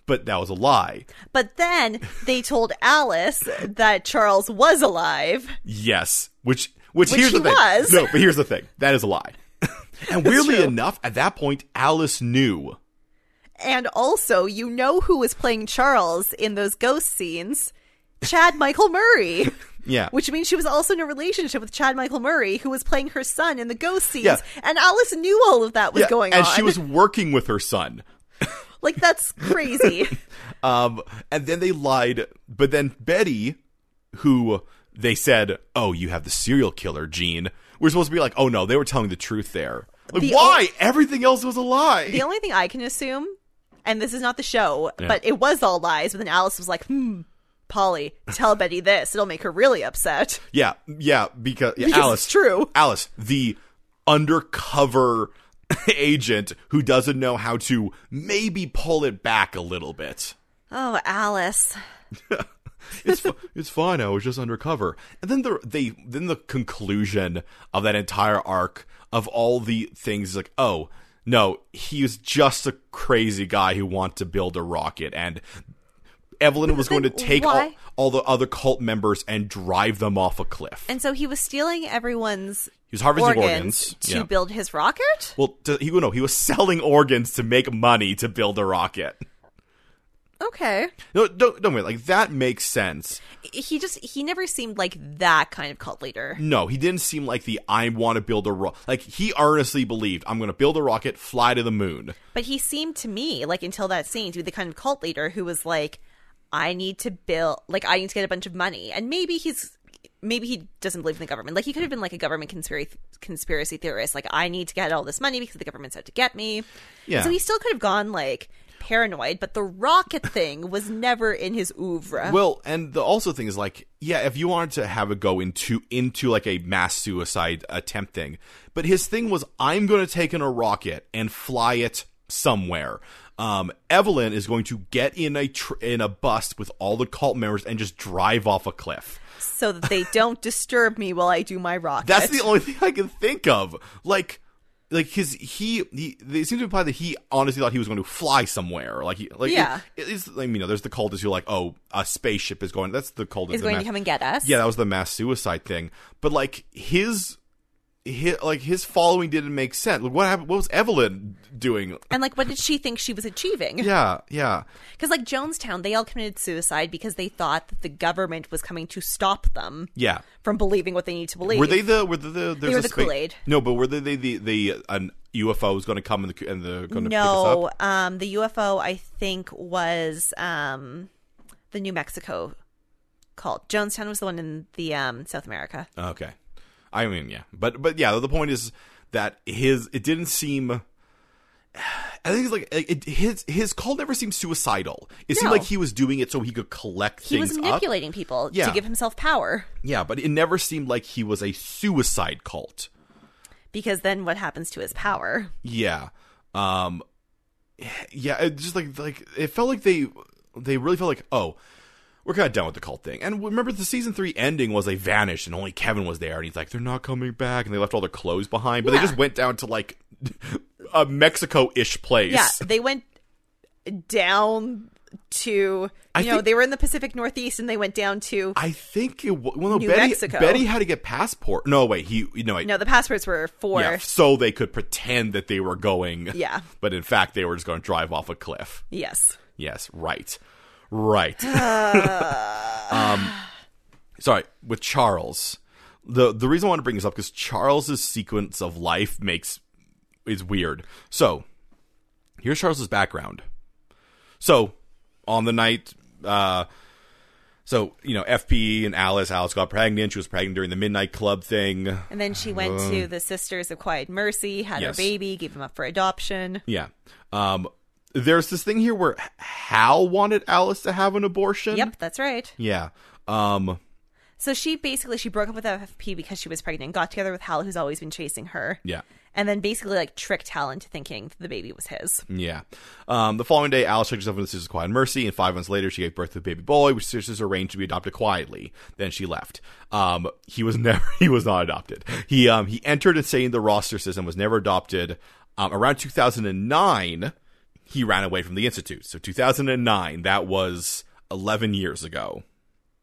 But that was a lie. But then they told Alice that Charles was alive. Yes, which which, Which here's the he thing. was. No, but here's the thing. That is a lie. and weirdly true. enough, at that point, Alice knew. And also, you know who was playing Charles in those ghost scenes? Chad Michael Murray. Yeah, Which means she was also in a relationship with Chad Michael Murray, who was playing her son in the ghost scenes. Yeah. And Alice knew all of that was Yeah, going and on. she was working with her son. like, that's crazy. Um, and then they lied. But then Betty, who they said, "Oh, you have the serial killer gene," we're supposed to be like, "Oh no, they were telling the truth there." Like, The why? Everything else was a lie. the only thing I can assume, and this is not the show, but it was all lies, but then Alice was like, hmm, Polly, tell Betty this. It'll make her really upset. Yeah, yeah, because, yeah, Because Alice. it's true. Alice, the undercover agent who doesn't know how to maybe pull it back a little bit. Oh, Alice. It's fi- it's fine. I was just undercover. And then the they then the conclusion of that entire arc of all the things is like oh no he was just a crazy guy who wanted to build a rocket and. Evelyn was then going to take all, why- all the other cult members and drive them off a cliff. And so he was stealing everyone's He was harvesting organs, organs. to Yeah. build his rocket. Well, to, he no, he was selling organs to make money to build a rocket. Okay. No, don't don't wait. Like that makes sense. He just he never seemed like that kind of cult leader. No, he didn't seem like the I want to build a ro-. like he earnestly believed I'm going to build a rocket, fly to the moon. But he seemed to me, like until that scene, to be the kind of cult leader who was like, I need to build like I need to get a bunch of money. And maybe he's maybe he doesn't believe in the government. Like he could have been like a government conspiracy conspiracy theorist, like I need to get all this money because the government's out to get me. Yeah. So he still could have gone like paranoid, but the rocket thing was never in his oeuvre. Well, and the also thing is like, yeah, if you wanted to have it go into into like a mass suicide attempt thing, but his thing was I'm going to take in a rocket and fly it somewhere. Um, Evelyn is going to get in a tr- in a bus with all the cult members and just drive off a cliff. so that they don't disturb me while I do my rocket. That's the only thing I can think of. Like, like because he, he they seem to imply that he honestly thought he was going to fly somewhere like he like Yeah. it- it's I mean you know there's the cultists who are like oh a spaceship is going that's the cultist is that going Matt- to come and get us. yeah that was the mass suicide thing but like his his like his following didn't make sense like what happened what was Evelyn doing And like, what did she think she was achieving? yeah yeah Because like Jonestown, they all committed suicide because they thought that the government was coming to stop them yeah from believing what they need to believe. Were they the? Were the? the there's were a the spa- Kool-Aid. No, but were they the the, the an UFO is going to come and the and the going to pick us no, up? um, the UFO I think was um, the New Mexico cult. Jonestown was the one in the um, South America. Okay, I mean yeah, but but yeah, the point is that his it didn't seem. I think it's like it, his his call never seemed suicidal. It seemed No. like he was doing it so he could collect He things was up. manipulating people Yeah. to give himself power. Yeah, but it never seemed like he was a suicide cult. Because then what happens to his power? Yeah. Um yeah, it just like like it felt like they they really felt like, "Oh, we're kind of done with the cult thing." And remember the season 3 ending was they vanished and only Kevin was there and he's like, "They're not coming back." And they left all their clothes behind, but Yeah. they just went down to like a Mexico-ish place. Yeah, they went down to you I know think- they were in the Pacific Northeast and they went down to I think it wa- well, no, New Betty Mexico. Betty had to get passport. No, wait, he no, wait. no the passports were for yeah, so they could pretend that they were going. Yeah. But in fact, they were just going to drive off a cliff. yes Yes, right. Right. um, sorry, with Charles. The the reason I want to bring this up because Charles's sequence of life makes is weird. So, here's Charles's background. So, on the night uh so, you know, FP and Alice, Alice got pregnant. She was pregnant during the midnight club thing. and then she went to the Sisters of Quiet Mercy had Yes. her baby gave him up for adoption Yeah. Um there's this thing here where Hal wanted Alice to have an abortion. yep that's right Yeah. Um so she basically she broke up with FFP because she was pregnant got together with Hal who's always been chasing her yeah. and then basically like tricked Hal into thinking that the baby was his Yeah. Um, the following day, Alice checked herself into the Sisters of Quiet Mercy, and five months later, she gave birth to a baby boy, which sisters arranged to be adopted quietly. Then she left. Um, he was never, he was not adopted. He, um, he entered and stayed in the roster system, was never adopted. Um, around 2009, he ran away from the Institute. So 2009, that was 11 years ago.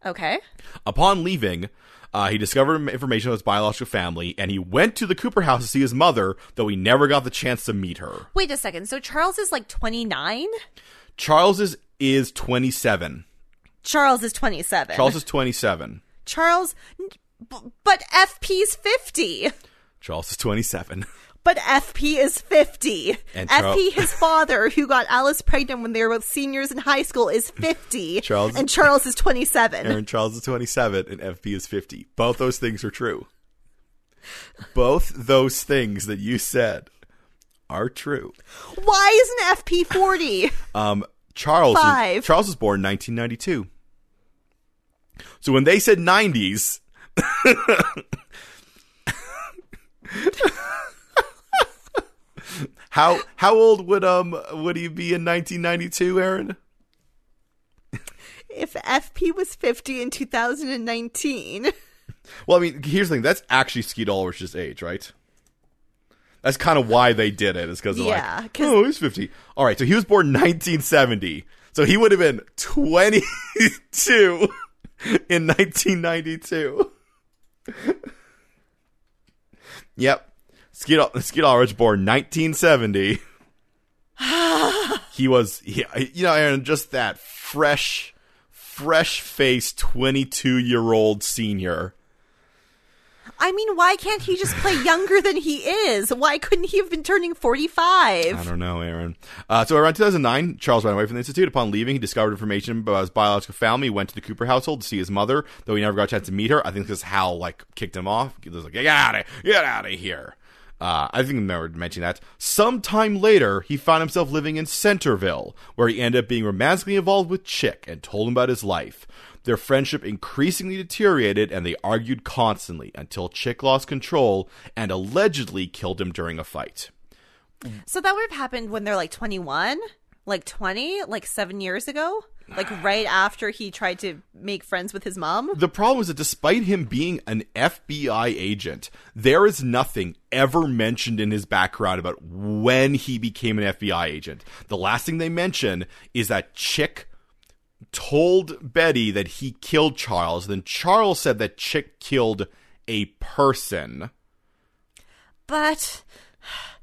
okay Upon leaving, uh, he discovered information on his biological family, and he went to the Cooper house to see his mother, though he never got the chance to meet her. wait a second so Charles is like 29 Charles is is 27. Charles is 27 Charles is 27. Charles, b- but FP's 50. Charles is 27. But FP is 50. And Charl- FP, his father, who got Alice pregnant when they were both seniors in high school, is 50. Charles- And Charles is 27. Aaron Charles is 27 and FP is 50. Both those things are true. Both those things that you said are true. Why isn't FP 40? Um, Charles Five. Was, Charles was born 1992. So when they said 90s, how how old would um would he be in 1992, Aaron? if FP was 50 in 2019. Well, I mean, here's the thing. That's actually Skeet Ulrich's age, right? That's kind of why they did it. Is because Yeah, like, 'cause- oh, he's 50. All right, so he was born 1970. So he would have been 22 in 1992. yep. Skeet, Ul- Skeet Ulrich born 1970. he was, yeah, you know, Aaron, just that fresh, fresh-faced 22-year-old senior. I mean, why can't he just play younger than he is? Why couldn't he have been turning 45? I don't know, Aaron. Uh, so around 2009, Charles ran away from the institute. Upon leaving, he discovered information about his biological family. He went to the Cooper household to see his mother, though he never got a chance to meet her. I think because Hal like kicked him off. He was like, "Get out of, get out of here." Uh, I think I never mentioned that. Sometime later, he found himself living in Centerville, where he ended up being romantically involved with Chick and told him about his life. Their friendship increasingly deteriorated, and they argued constantly until Chick lost control and allegedly killed him during a fight. So that would have happened when they're like 21? like 20, like seven years ago, like right after he tried to make friends with his mom. The problem is that despite him being an FBI agent, there is nothing ever mentioned in his background about when he became an FBI agent. The last thing they mention is that Chick told Betty that he killed Charles, then Charles said that Chick killed a person. But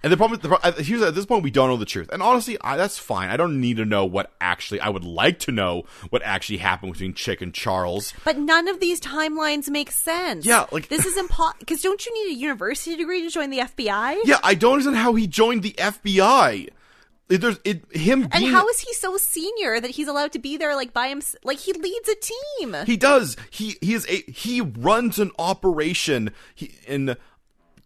And the problem, the, pro- uh, here's at this point we don't know the truth, and honestly, I, that's fine. I don't need to know what actually. I would like to know what actually happened between Chick and Charles. but none of these timelines make sense. Yeah, like- this is impossible because don't you need a university degree to join the FBI? Yeah, I don't understand how he joined the FBI. It- There's it him And being- how is he so senior that he's allowed to be there like by himself? Like he leads a team. he does he he is a he runs an operation he, and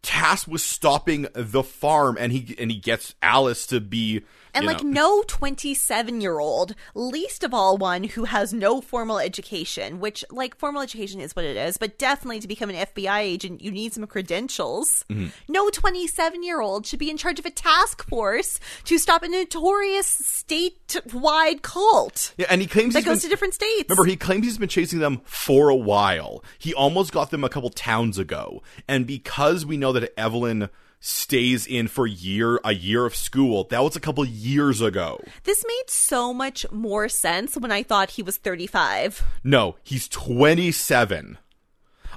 tasked with stopping the farm, and he and he gets Alice to be and you like know- no 27 year old, least of all one who has no formal education, which like formal education is what it is, but definitely to become an FBI agent, you need some credentials. Mm-hmm. No 27 year old should be in charge of a task force to stop a notorious statewide cult yeah, and he claims that he's goes been- to different states. Remember, he claims he's been chasing them for a while. He almost got them a couple towns ago. And because we know that Evelyn stays in for year a year of school, that was a couple years ago. this made so much more sense when I thought he was 35. No, he's 27.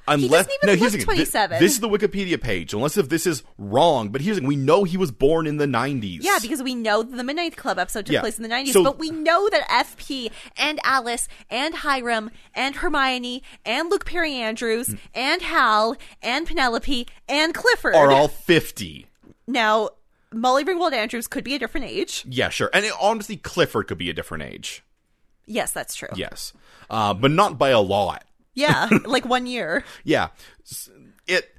Unless doesn't even no, look here's the thing. Thi- 27. This is the Wikipedia page. Unless if this is wrong, but here's the thing. we know he was born in the 90s. Yeah, because we know that the Midnight Club episode took Yeah. place in the 90s, So- but we know that FP and Alice and Hiram and Hermione and Luke Perry Andrews Mm. and Hal and Penelope and Clifford. are all 50. now, Molly Ringwald Andrews could be a different age. Yeah, sure. And it, honestly, Clifford could be a different age. Yes, that's true. Yes. Uh, but not by a lot. Yeah, like one year. Yeah. S- It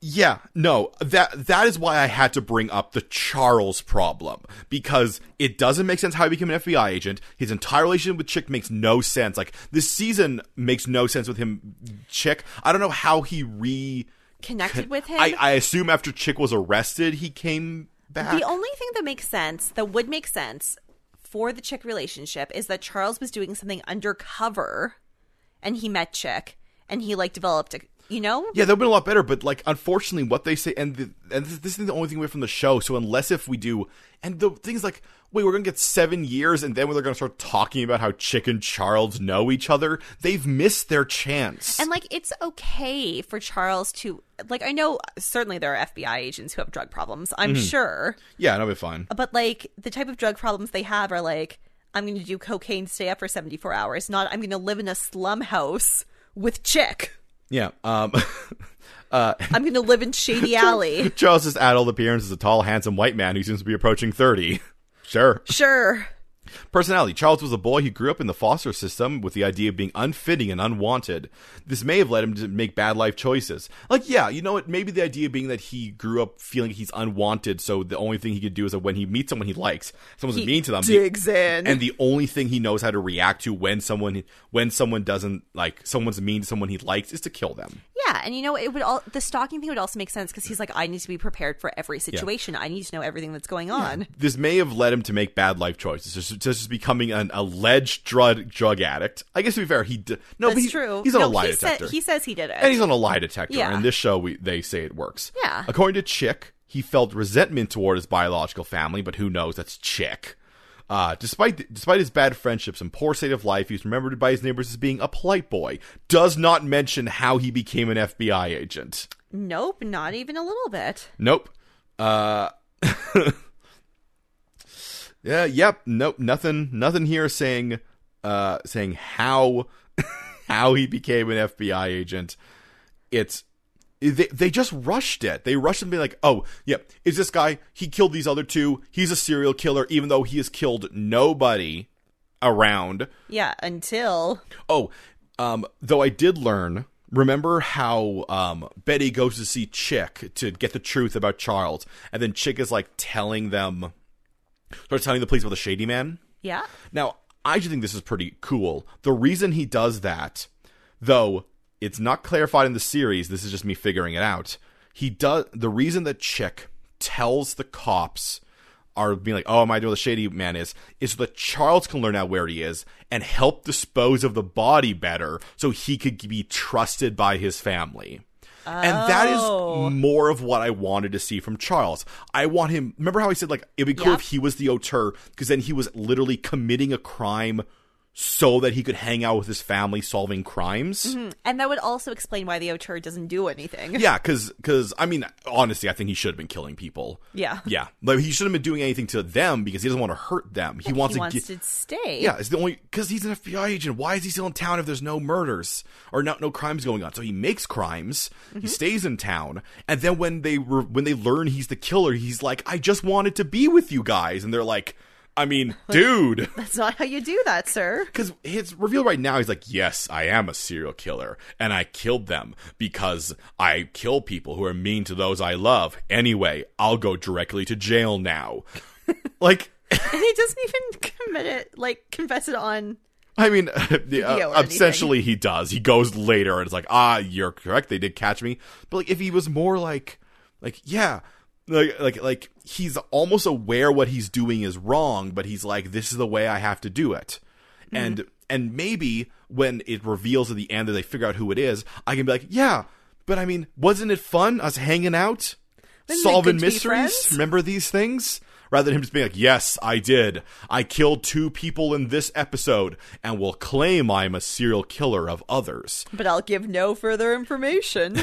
yeah, no. That that is why I had to bring up the Charles problem because it doesn't make sense how he became an FBI agent. His entire relationship with Chick makes no sense. Like this season makes no sense with him Chick. I don't know how he re Connected with him. I, I assume after Chick was arrested he came back. The only thing that makes sense, that would make sense for the chick relationship, is that Charles was doing something undercover, and he met chick, and he like developed a, you know, Yeah, that would have been a lot better, but like unfortunately, what they say, and the, and this, this is the only thing away from the show. So unless if we do, and the things like, wait, we're gonna get seven years, and then we're gonna start talking about how Chick and Charles know each other. They've missed their chance. And like, it's okay for Charles to like. I know certainly there are FBI agents who have drug problems. I'm sure, yeah, that'll be fine. but like the type of drug problems they have are like, I'm going to do cocaine, stay up for 74 hours. Not, I'm going to live in a slum house with chick. Yeah. Um, I'm going to live in shady alley. Charles' just adult appearance is a tall, handsome white man who seems to be approaching thirty. Sure. Sure. Personality Charles was a boy who grew up in the foster system with the idea of being unfitting and unwanted. This may have led him to make bad life choices. Like, yeah, you know what? Maybe the idea being that he grew up feeling he's unwanted, so the only thing he could do is that when he meets someone he likes, someone's He mean to them, digs in. and the only thing he knows how to react to when someone when someone doesn't like someone's mean to someone he likes is to kill them. Yeah, and you know it would all the stalking thing would also make sense because he's like, I need to be prepared for every situation. I need to know everything that's going on. This may have led him to make bad life choices, just, just becoming an alleged drug drug addict. I guess to be fair, he d- no, but That's he- true. He's on No, a lie he detector. Said, he says he did it. and he's on a lie detector. Yeah. And this show, we, they say it works. Yeah. According to Chick, he felt resentment toward his biological family, but who knows? That's Chick. Uh, despite despite his bad friendships and poor state of life, he's remembered by his neighbors as being a polite boy. Does not mention how he became an FBI agent. nope, not even a little bit. Nope. Uh, yeah. Yep. Nope. Nothing. Nothing here saying uh, saying how how he became an FBI agent. It's they, they just rushed it. They rushed it and be like, oh, yep, is this guy? He killed these other two. He's a serial killer, even though he has killed nobody around. Yeah, until Oh, um, though I did learn. Remember how um, Betty goes to see Chick to get the truth about Charles, and then Chick is like telling them, starts telling the police about the shady man. yeah. Now, I just think this is pretty cool. The reason he does that, though it's not clarified in the series, this is just me figuring it out. He does the reason that Chick tells the cops are being like, "Oh, am I know where the shady man is?" Is so that Charles can learn out where he is and help dispose of the body better, so he could be trusted by his family. And that Oh. is more of what I wanted to see from Charles. I want him. Remember how I said like it'd be cool Yep. if he was the auteur because then he was literally committing a crime so that he could hang out with his family solving crimes. And that would also explain why the auteur doesn't do anything. Yeah, because I mean, honestly, I think he should have been killing people. Yeah. yeah, like he shouldn't have been doing anything to them because he doesn't want to hurt them. He wants he to wants get. to stay. yeah, it's the only because he's an FBI agent. Why is he still in town if there's no murders or not no crimes going on? So he makes crimes. Mm-hmm. He stays in town, and then when they were when they learn he's the killer, he's like, "I just wanted to be with you guys," and they're like, "I mean, dude." That's not how you do that, sir. Because his reveal right now, he's like, "Yes, I am a serial killer, and I killed them because I kill people who are mean to those I love." Anyway, I'll go directly to jail now. like, And he doesn't even commit it, like confess it on. I mean, the- uh, or anything. essentially, he does. He goes later, and it's like, "Ah, you're correct. They did catch me." But like, if he was more like, like, yeah. Like, like, like, he's almost aware what he's doing is wrong, but he's like, "This is the way I have to do it," and and maybe when it reveals at the end that they figure out who it is, I can be like, "Yeah, but I mean, wasn't it fun us hanging out, Wasn't it solving good to be mysteries? friends?" Remember these things?" Rather than him just being like, "Yes, I did. I killed two people in this episode, and will claim I'm a serial killer of others." But I'll give no further information.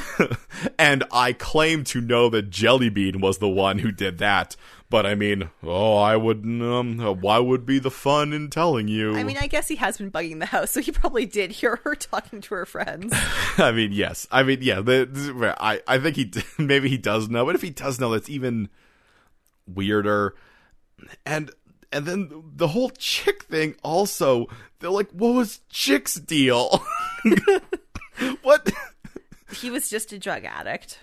and I claim to know that Jellybean was the one who did that. But I mean, oh, I would. Um, why would be the fun in telling you? I mean, I guess he has been bugging the house, so he probably did hear her talking to her friends. I mean, yes. I mean, yeah. The, the- I I think he d- maybe he does know, but if he does know, that's even weirder. And and then the whole chick thing also. They're like, what was chick's deal? what? he was just a drug addict.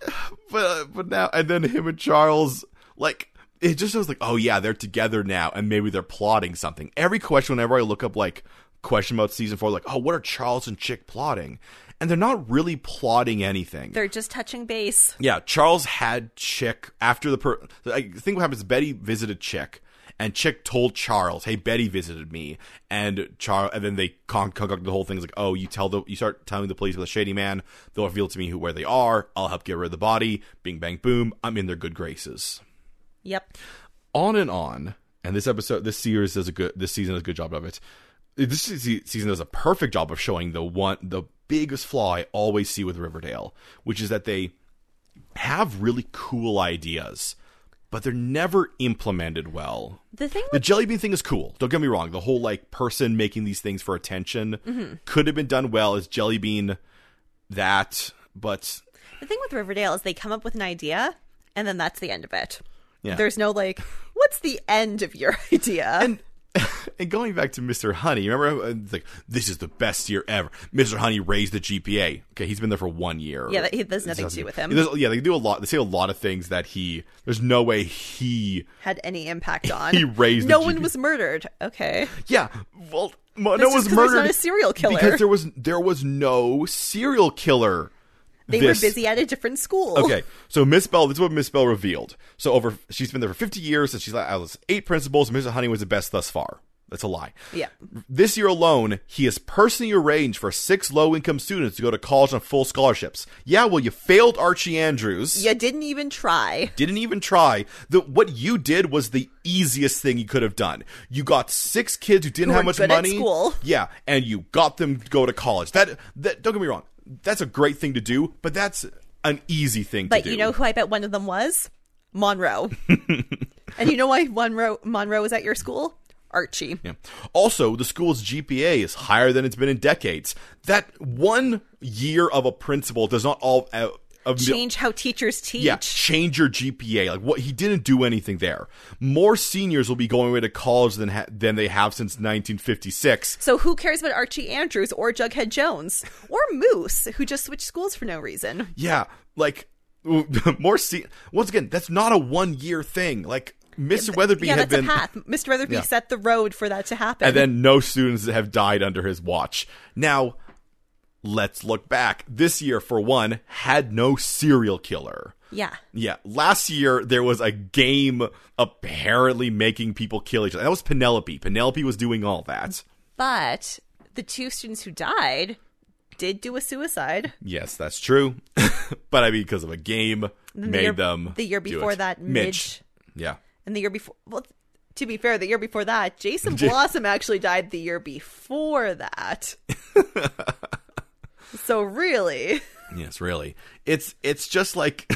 but uh, but now and then him and Charles like it just was like oh yeah they're together now and maybe they're plotting something. Every question whenever I look up like question about season four like oh what are Charles and Chick plotting and they're not really plotting anything. They're just touching base. yeah, Charles had Chick after the per. I think what happens is Betty visited Chick. And Chick told Charles, "Hey, Betty visited me." And Charles, and then they con- concocted the whole thing. It's like, "Oh, you tell the, you start telling the police about the shady man. They'll reveal to me who where they are. I'll help get rid of the body. Bing, bang, boom. I'm in their good graces." Yep. on and on, and this episode, this series does a good, this season does a good job of it. This se- season does a perfect job of showing the one, the biggest flaw I always see with Riverdale, which is that they have really cool ideas, but they're never implemented well. The thing The jelly bean thing is cool. Don't get me wrong. The whole like person making these things for attention could have been done well as jelly bean that, but The thing with Riverdale is they come up with an idea and then that's the end of it. Yeah. There's no like, what's the end of your idea? And and going back to Mr. Honey, remember uh, it's like this is the best year ever. Mr. Honey raised the GPA. Okay, he's been there for one year. Yeah, that- he- there's nothing to do with him. There's- yeah, they do a lot. They say a lot of things that he. There's no way he. had any impact on. He raised No the one GP. was murdered. Okay. Yeah, well, no just was 'cause there's murdered. not a serial killer. because there was there was no serial killer. They This- were busy at a different school. Okay, so Miss Bell, this is what Miss Bell revealed. So over, she's been there for 50 years, and she's like, I was eight principals. Mr. Honey was the best thus far. That's a lie. Yeah. This year alone, he has personally arranged for six low-income students to go to college on full scholarships. Yeah, well, you failed Archie Andrews. You didn't even try. Didn't even try. The, what you did was the easiest thing you could have done. You got six kids who didn't Who have were much good at money. school. Yeah, and you got them to go to college. That, that don't get me wrong. That's a great thing to do, but that's an easy thing But to do. you know who I bet one of them was? Monroe. and you know why Monroe Monroe was at your school? Archie. Yeah. Also, the school's GPA is higher than it's been in decades. That one year of a principal does not all uh, of Change how teachers teach. yeah change your GPA. Like what he didn't do anything there. More seniors will be going away to college than ha- than they have since 1956. So who cares about Archie Andrews or Jughead Jones or Moose, who just switched schools for no reason? Yeah, like more se- once again, that's not a one year thing. Like Mr. Weatherby yeah, had that's been a path. Mr. Weatherby Yeah. set the road for that to happen. and then no students have died under his watch. Now, let's look back. This year, for one, had no serial killer. Yeah. Yeah, last year there was a game apparently making people kill each other. That was Penelope. Penelope was doing all that. But the two students who died did do a suicide. Yes, that's true. but I mean, because of a game And made the year, them the year do before it. that. Midge. Midge. Yeah, and the year before. Well, to be fair, the year before that, Jason Ja- Blossom actually died the year before that. so really, yes, really. It's it's just like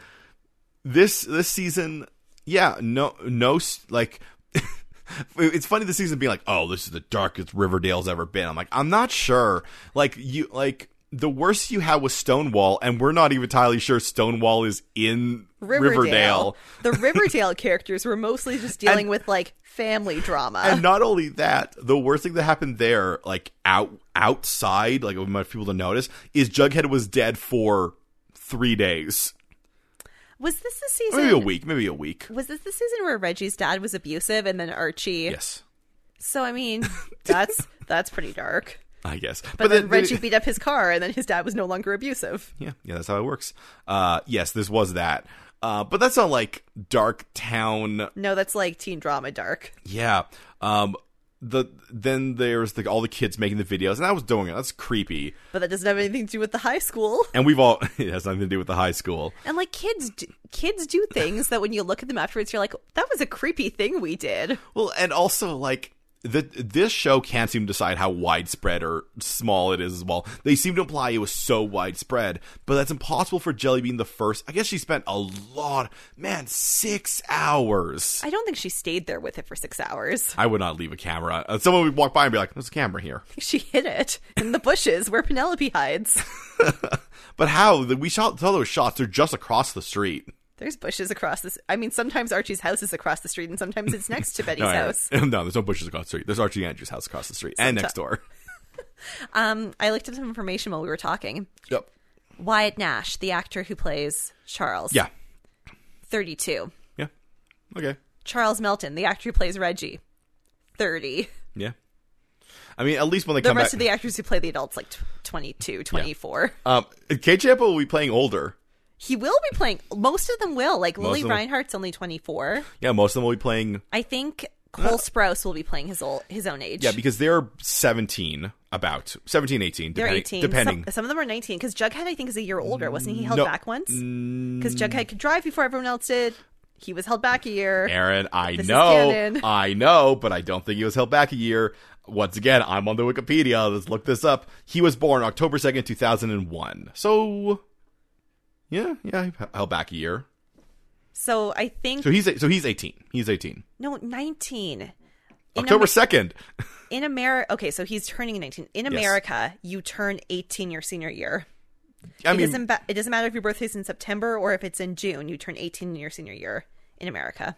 this this season. Yeah, no no s- like. It's funny this season being like, oh, this is the darkest Riverdale's ever been. I'm like, I'm not sure. Like you, like the worst you had was Stonewall, and we're not even entirely sure Stonewall is in Riverdale. Riverdale. The Riverdale characters were mostly just dealing with like family drama. and not only that, the worst thing that happened there, like out outside, like of my people to notice, is Jughead was dead for three days, was this the season? maybe a week, maybe a week. Was this the season where Reggie's dad was abusive and then Archie? Yes, So I mean, that's that's pretty dark. I guess. But, But, then, Reggie beat up his car, and then his dad was no longer abusive. yeah, yeah, that's how it works. Uh, yes, this was that. Uh, but that's not like dark town. No, that's like teen drama dark. Yeah. Um. The then there's the all the kids making the videos, and that was doing it. That's creepy. But that doesn't have anything to do with the high school. And we've all it has nothing to do with the high school. And like kids, d- kids do things that when you look at them afterwards, you're like, that was a creepy thing we did. Well, and also like the this show can't seem to decide how widespread or small it is as well. They seem to imply it was so widespread, but that's impossible for Jelly Bean the first. I guess she spent a lot, man, six hours. I don't think she stayed there with it for six hours. I would not leave a camera. Uh, Someone would walk by and be like, "There's a camera here." She hid it in the bushes where Penelope hides. But how? The- We shot all those shots. They're just across the street. There's bushes across this. I mean, sometimes Archie's house is across the street, and sometimes it's next to Betty's No, Oh, yeah. house. no, there's no bushes across the street. There's Archie Andrews' house across the street and next door. Um, I looked up some information while we were talking. Yep. Wyatt Nash, the actor who plays Charles, Yeah. 32. Yeah. Okay. Charles Melton, the actor who plays Reggie, 30. Yeah. I mean, at least when they The come rest back, of the actors who play the adults, like tw 22, 24. Um, K Champa will be playing older. He will be playing. Most of them will. Like Lily of them- Reinhardt's only 24. Yeah, most of them will be playing. I think Cole Sprouse will be playing his old, his own age. Yeah, because they're 17, about 17, 18, they're depending. 18. depending. Some, some of them are 19 because Jughead, I think, is a year older. Wasn't he held No. Mm. back once? Because Jughead could drive before everyone else did. He was held back a year. Aaron, I is know, canon. I know, but I don't think he was held back a year. Once again, I'm on the Wikipedia. Let's look this up. He was born October 2nd, 2001. So, yeah, yeah, he held back a year. So I think So he's so he's 18. He's 18. no 19. In October Amer- 2nd. in America, okay, so he's turning 19. In America, you turn 18 your senior year. I it mean, doesn't ba- it doesn't matter if your birthday's in September or if it's in June. You turn 18 in your senior year in America.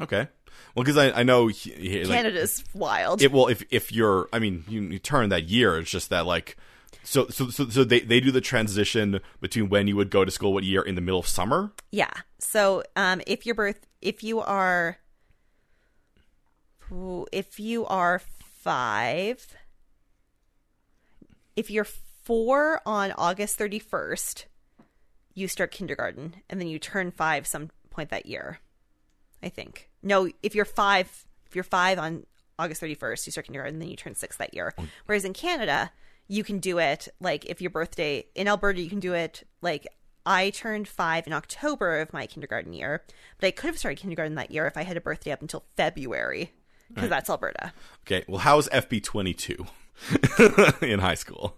okay. Well, because I, I know he, he, like, Canada's wild. It well, if if you're, I mean, you, you turn that year. It's just that like, so so so, so they, they do the transition between when you would go to school, what year in the middle of summer. yeah. So, um, if your birth, if you are, Ooh, if you are five, if you're four on August thirty first, you start kindergarten, and then you turn five some point that year. I think no. If you're five, if you're five on August thirty first, you start kindergarten, and then you turn six that year. Mm. Whereas in Canada, you can do it like if your birthday in Alberta, you can do it like. I turned five in October of my kindergarten year, but I could have started kindergarten that year if I had a birthday up until February, because that's Alberta. Okay, well, how is FB twenty two in high school?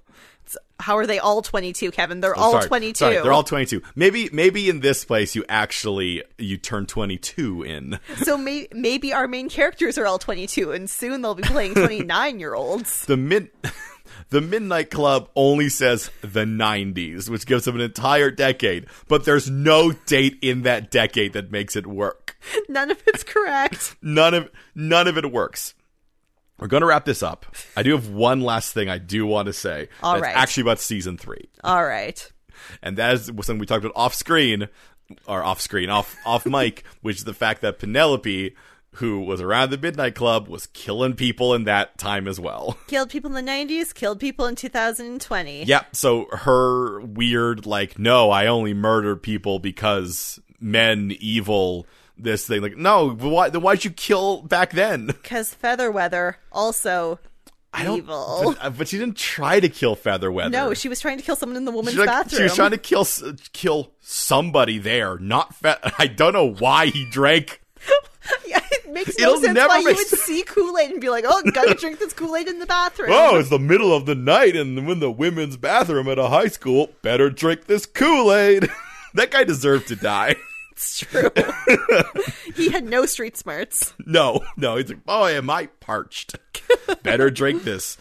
How are they all 22, Kevin? They're Oh, all sorry, 22. Sorry, they're all twenty two. Maybe maybe in this place you actually you turn twenty two in. so may- maybe our main characters are all 22, and soon they'll be playing 29 year olds. The mid. The Midnight Club only says the 90s, which gives them an entire decade, but there's no date in that decade that makes it work. None of it's correct. none of none of it works. We're going to wrap this up. I do have one last thing I do want to say. All that's right. actually about season three, All right. and that is something we talked about off screen or off screen, off off mic, which is the fact that Penelope who was around the Midnight Club, was killing people in that time as well. Killed people in the 90s, killed people in 2020. Yep. So her weird, like, no, I only murder people because men evil. This thing, like, no, why? Then why'd you kill back then? Because Featherweather also I don't. evil. But, but she didn't try to kill Featherweather. No, she was trying to kill someone in the woman's She, like, bathroom. she was trying to kill s- kill somebody there. Not Fe- I don't know why he drank. yeah, it makes no It'll sense never why make you would sense. see Kool Aid and be like, "Oh, gotta drink this Kool Aid in the bathroom." Oh, it's the middle of the night, and I'm in the women's bathroom at a high school. Better drink this Kool Aid. that guy deserved to die. It's true. he had no street smarts. No, no, he's like, boy, am I parched. Better drink this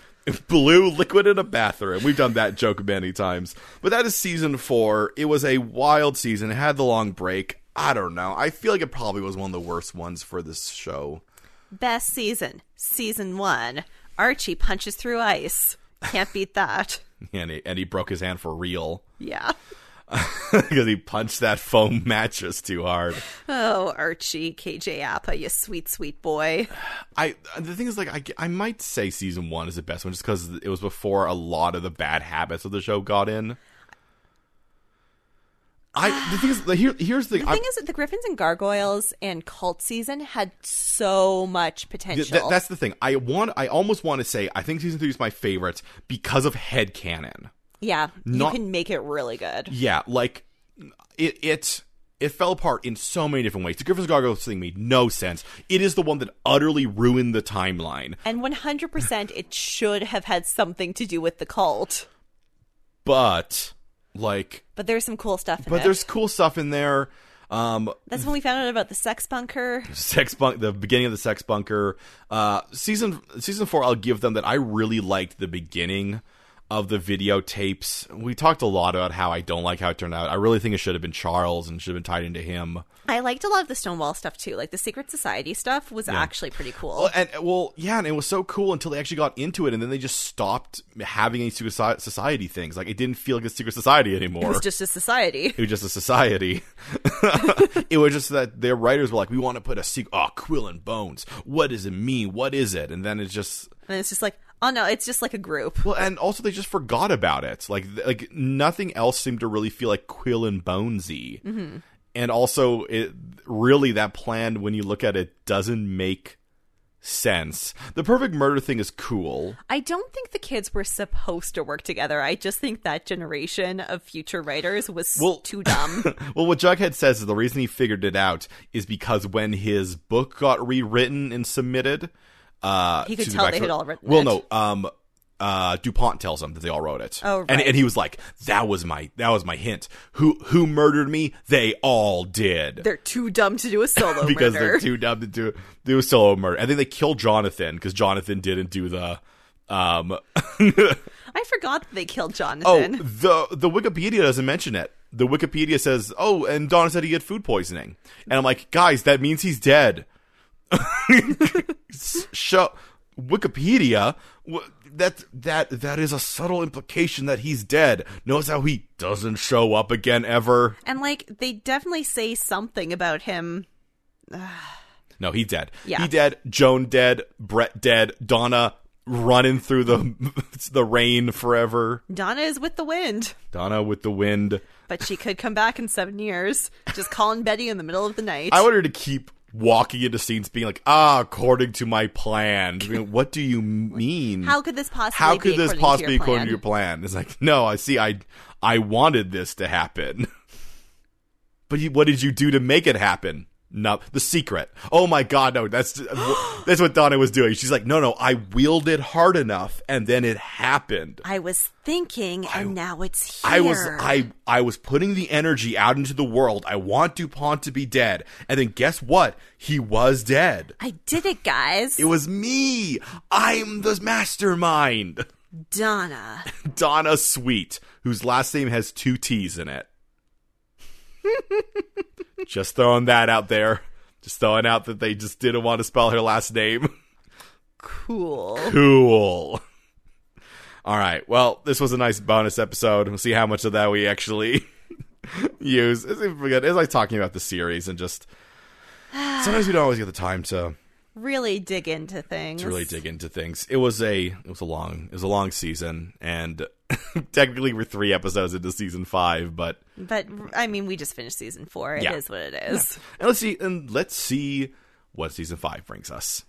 blue liquid in a bathroom. We've done that joke many times. But that is season four. It was a wild season. It had the long break. I don't know. I feel like it probably was one of the worst ones for this show. Best season, season one. Archie punches through ice. Can't beat that. And he, and he broke his hand for real Yeah. because he punched that foam mattress too hard. Oh, Archie, KJ Appa, you sweet, sweet boy. I the thing is like I, I might say season one is the best one just because it was before a lot of the bad habits of the show got in. I the thing is like, here here's the, thing, The thing is that the Griffins and Gargoyles and Cult season had so much I, potential. th- that's the thing I want I almost want to say I think season three is my favorite because of headcanon. yeah, not- you can make it really good. Yeah, like it it it fell apart in so many different ways. The Griffins Gargoyles thing made no sense. It is the one that utterly ruined the timeline. And 100% it should have had something to do with the cult. But like But there's some cool stuff in but it. there's cool stuff in there. Um, That's when we found out about the sex bunker. sex bunk the beginning of the sex bunker uh season season four i'll give them that i really liked the beginning of the videotapes we talked a lot about how i don't like how it turned out i really think it should have been charles and should have been tied into him I liked a lot of the Stonewall stuff too. Like the secret society stuff was actually pretty cool. Well, and well yeah and it was so cool until they actually got into it and then they just stopped having any secret Soci- society things like it didn't feel like a secret society anymore it was just a society. it was just a society. it was just that their writers were like, "We want to put a secret. Oh, Quill and Bones. What does it mean? What is it?" And then it's just And it's just like, oh no, it's just like a group. Well, and also they just forgot about it. Like th- like nothing else seemed to really feel like Quill and Bonesy. Mm-hmm. And also, it really that plan when you look at it doesn't make sense. The perfect murder thing is cool. I don't think the kids were supposed to work together. I just think that generation of future writers was Well- too dumb. well, what Jughead says is the reason he figured it out is because when his book got rewritten and submitted, uh, He could to the tell back- they had all written Well, it. no, um, uh, Dupont tells him that they all wrote it. Oh, and right. and he was like, "That was my that was my hint. Who who murdered me? They all did." they're too dumb to do a solo because murder. they're too dumb to do do a solo murder. I think they killed Jonathan because Jonathan didn't do the um I forgot that they killed Oh, Jonathan. the the Wikipedia doesn't mention it. The Wikipedia says, "Oh, and Donna said he had food poisoning," and I'm like, "Guys, that means he's dead." S- Show Wikipedia wh- that that that is a subtle implication that he's dead. Notice how he doesn't show up again ever. And like they definitely say something about him. No, he dead. Yeah. He dead. Joan dead. Brett dead. Donna running through the the rain forever. Donna is with the wind, Donna with the wind. but she could come back in seven years. Just calling Betty in the middle of the night. I want her to keep walking into scenes being like, ah, according to my plan. I mean, what do you mean? How could this possibly? How be could this according to your possibly be according plan? to your plan? It's like, no, I see, I I wanted this to happen. but you, what did you do to make it happen? No, the secret. Oh my god, no, that's that's what Donna was doing. She's like, no, no, I willed it hard enough, and then it happened. I was thinking, and now it's here. I was I I was putting the energy out into the world. I want DuPont to be dead. And then guess what? He was dead. I did it, guys. It was me. I'm the mastermind. Donna. Donna Sweet, whose last name has two T's in it. just throwing that out there. Just throwing out that they just didn't want to spell her last name. Cool. Cool. All right. Well, this was a nice bonus episode. We'll see how much of that we actually use. It's, it's like talking about the series and just sometimes we don't always get the time to Really dig into things. to really dig into things. It was a it was a long it was a long season, and technically we're three episodes into season five. But But I mean, we just finished season four. It is Yeah. what it is. and let's see and let's see what season five brings us.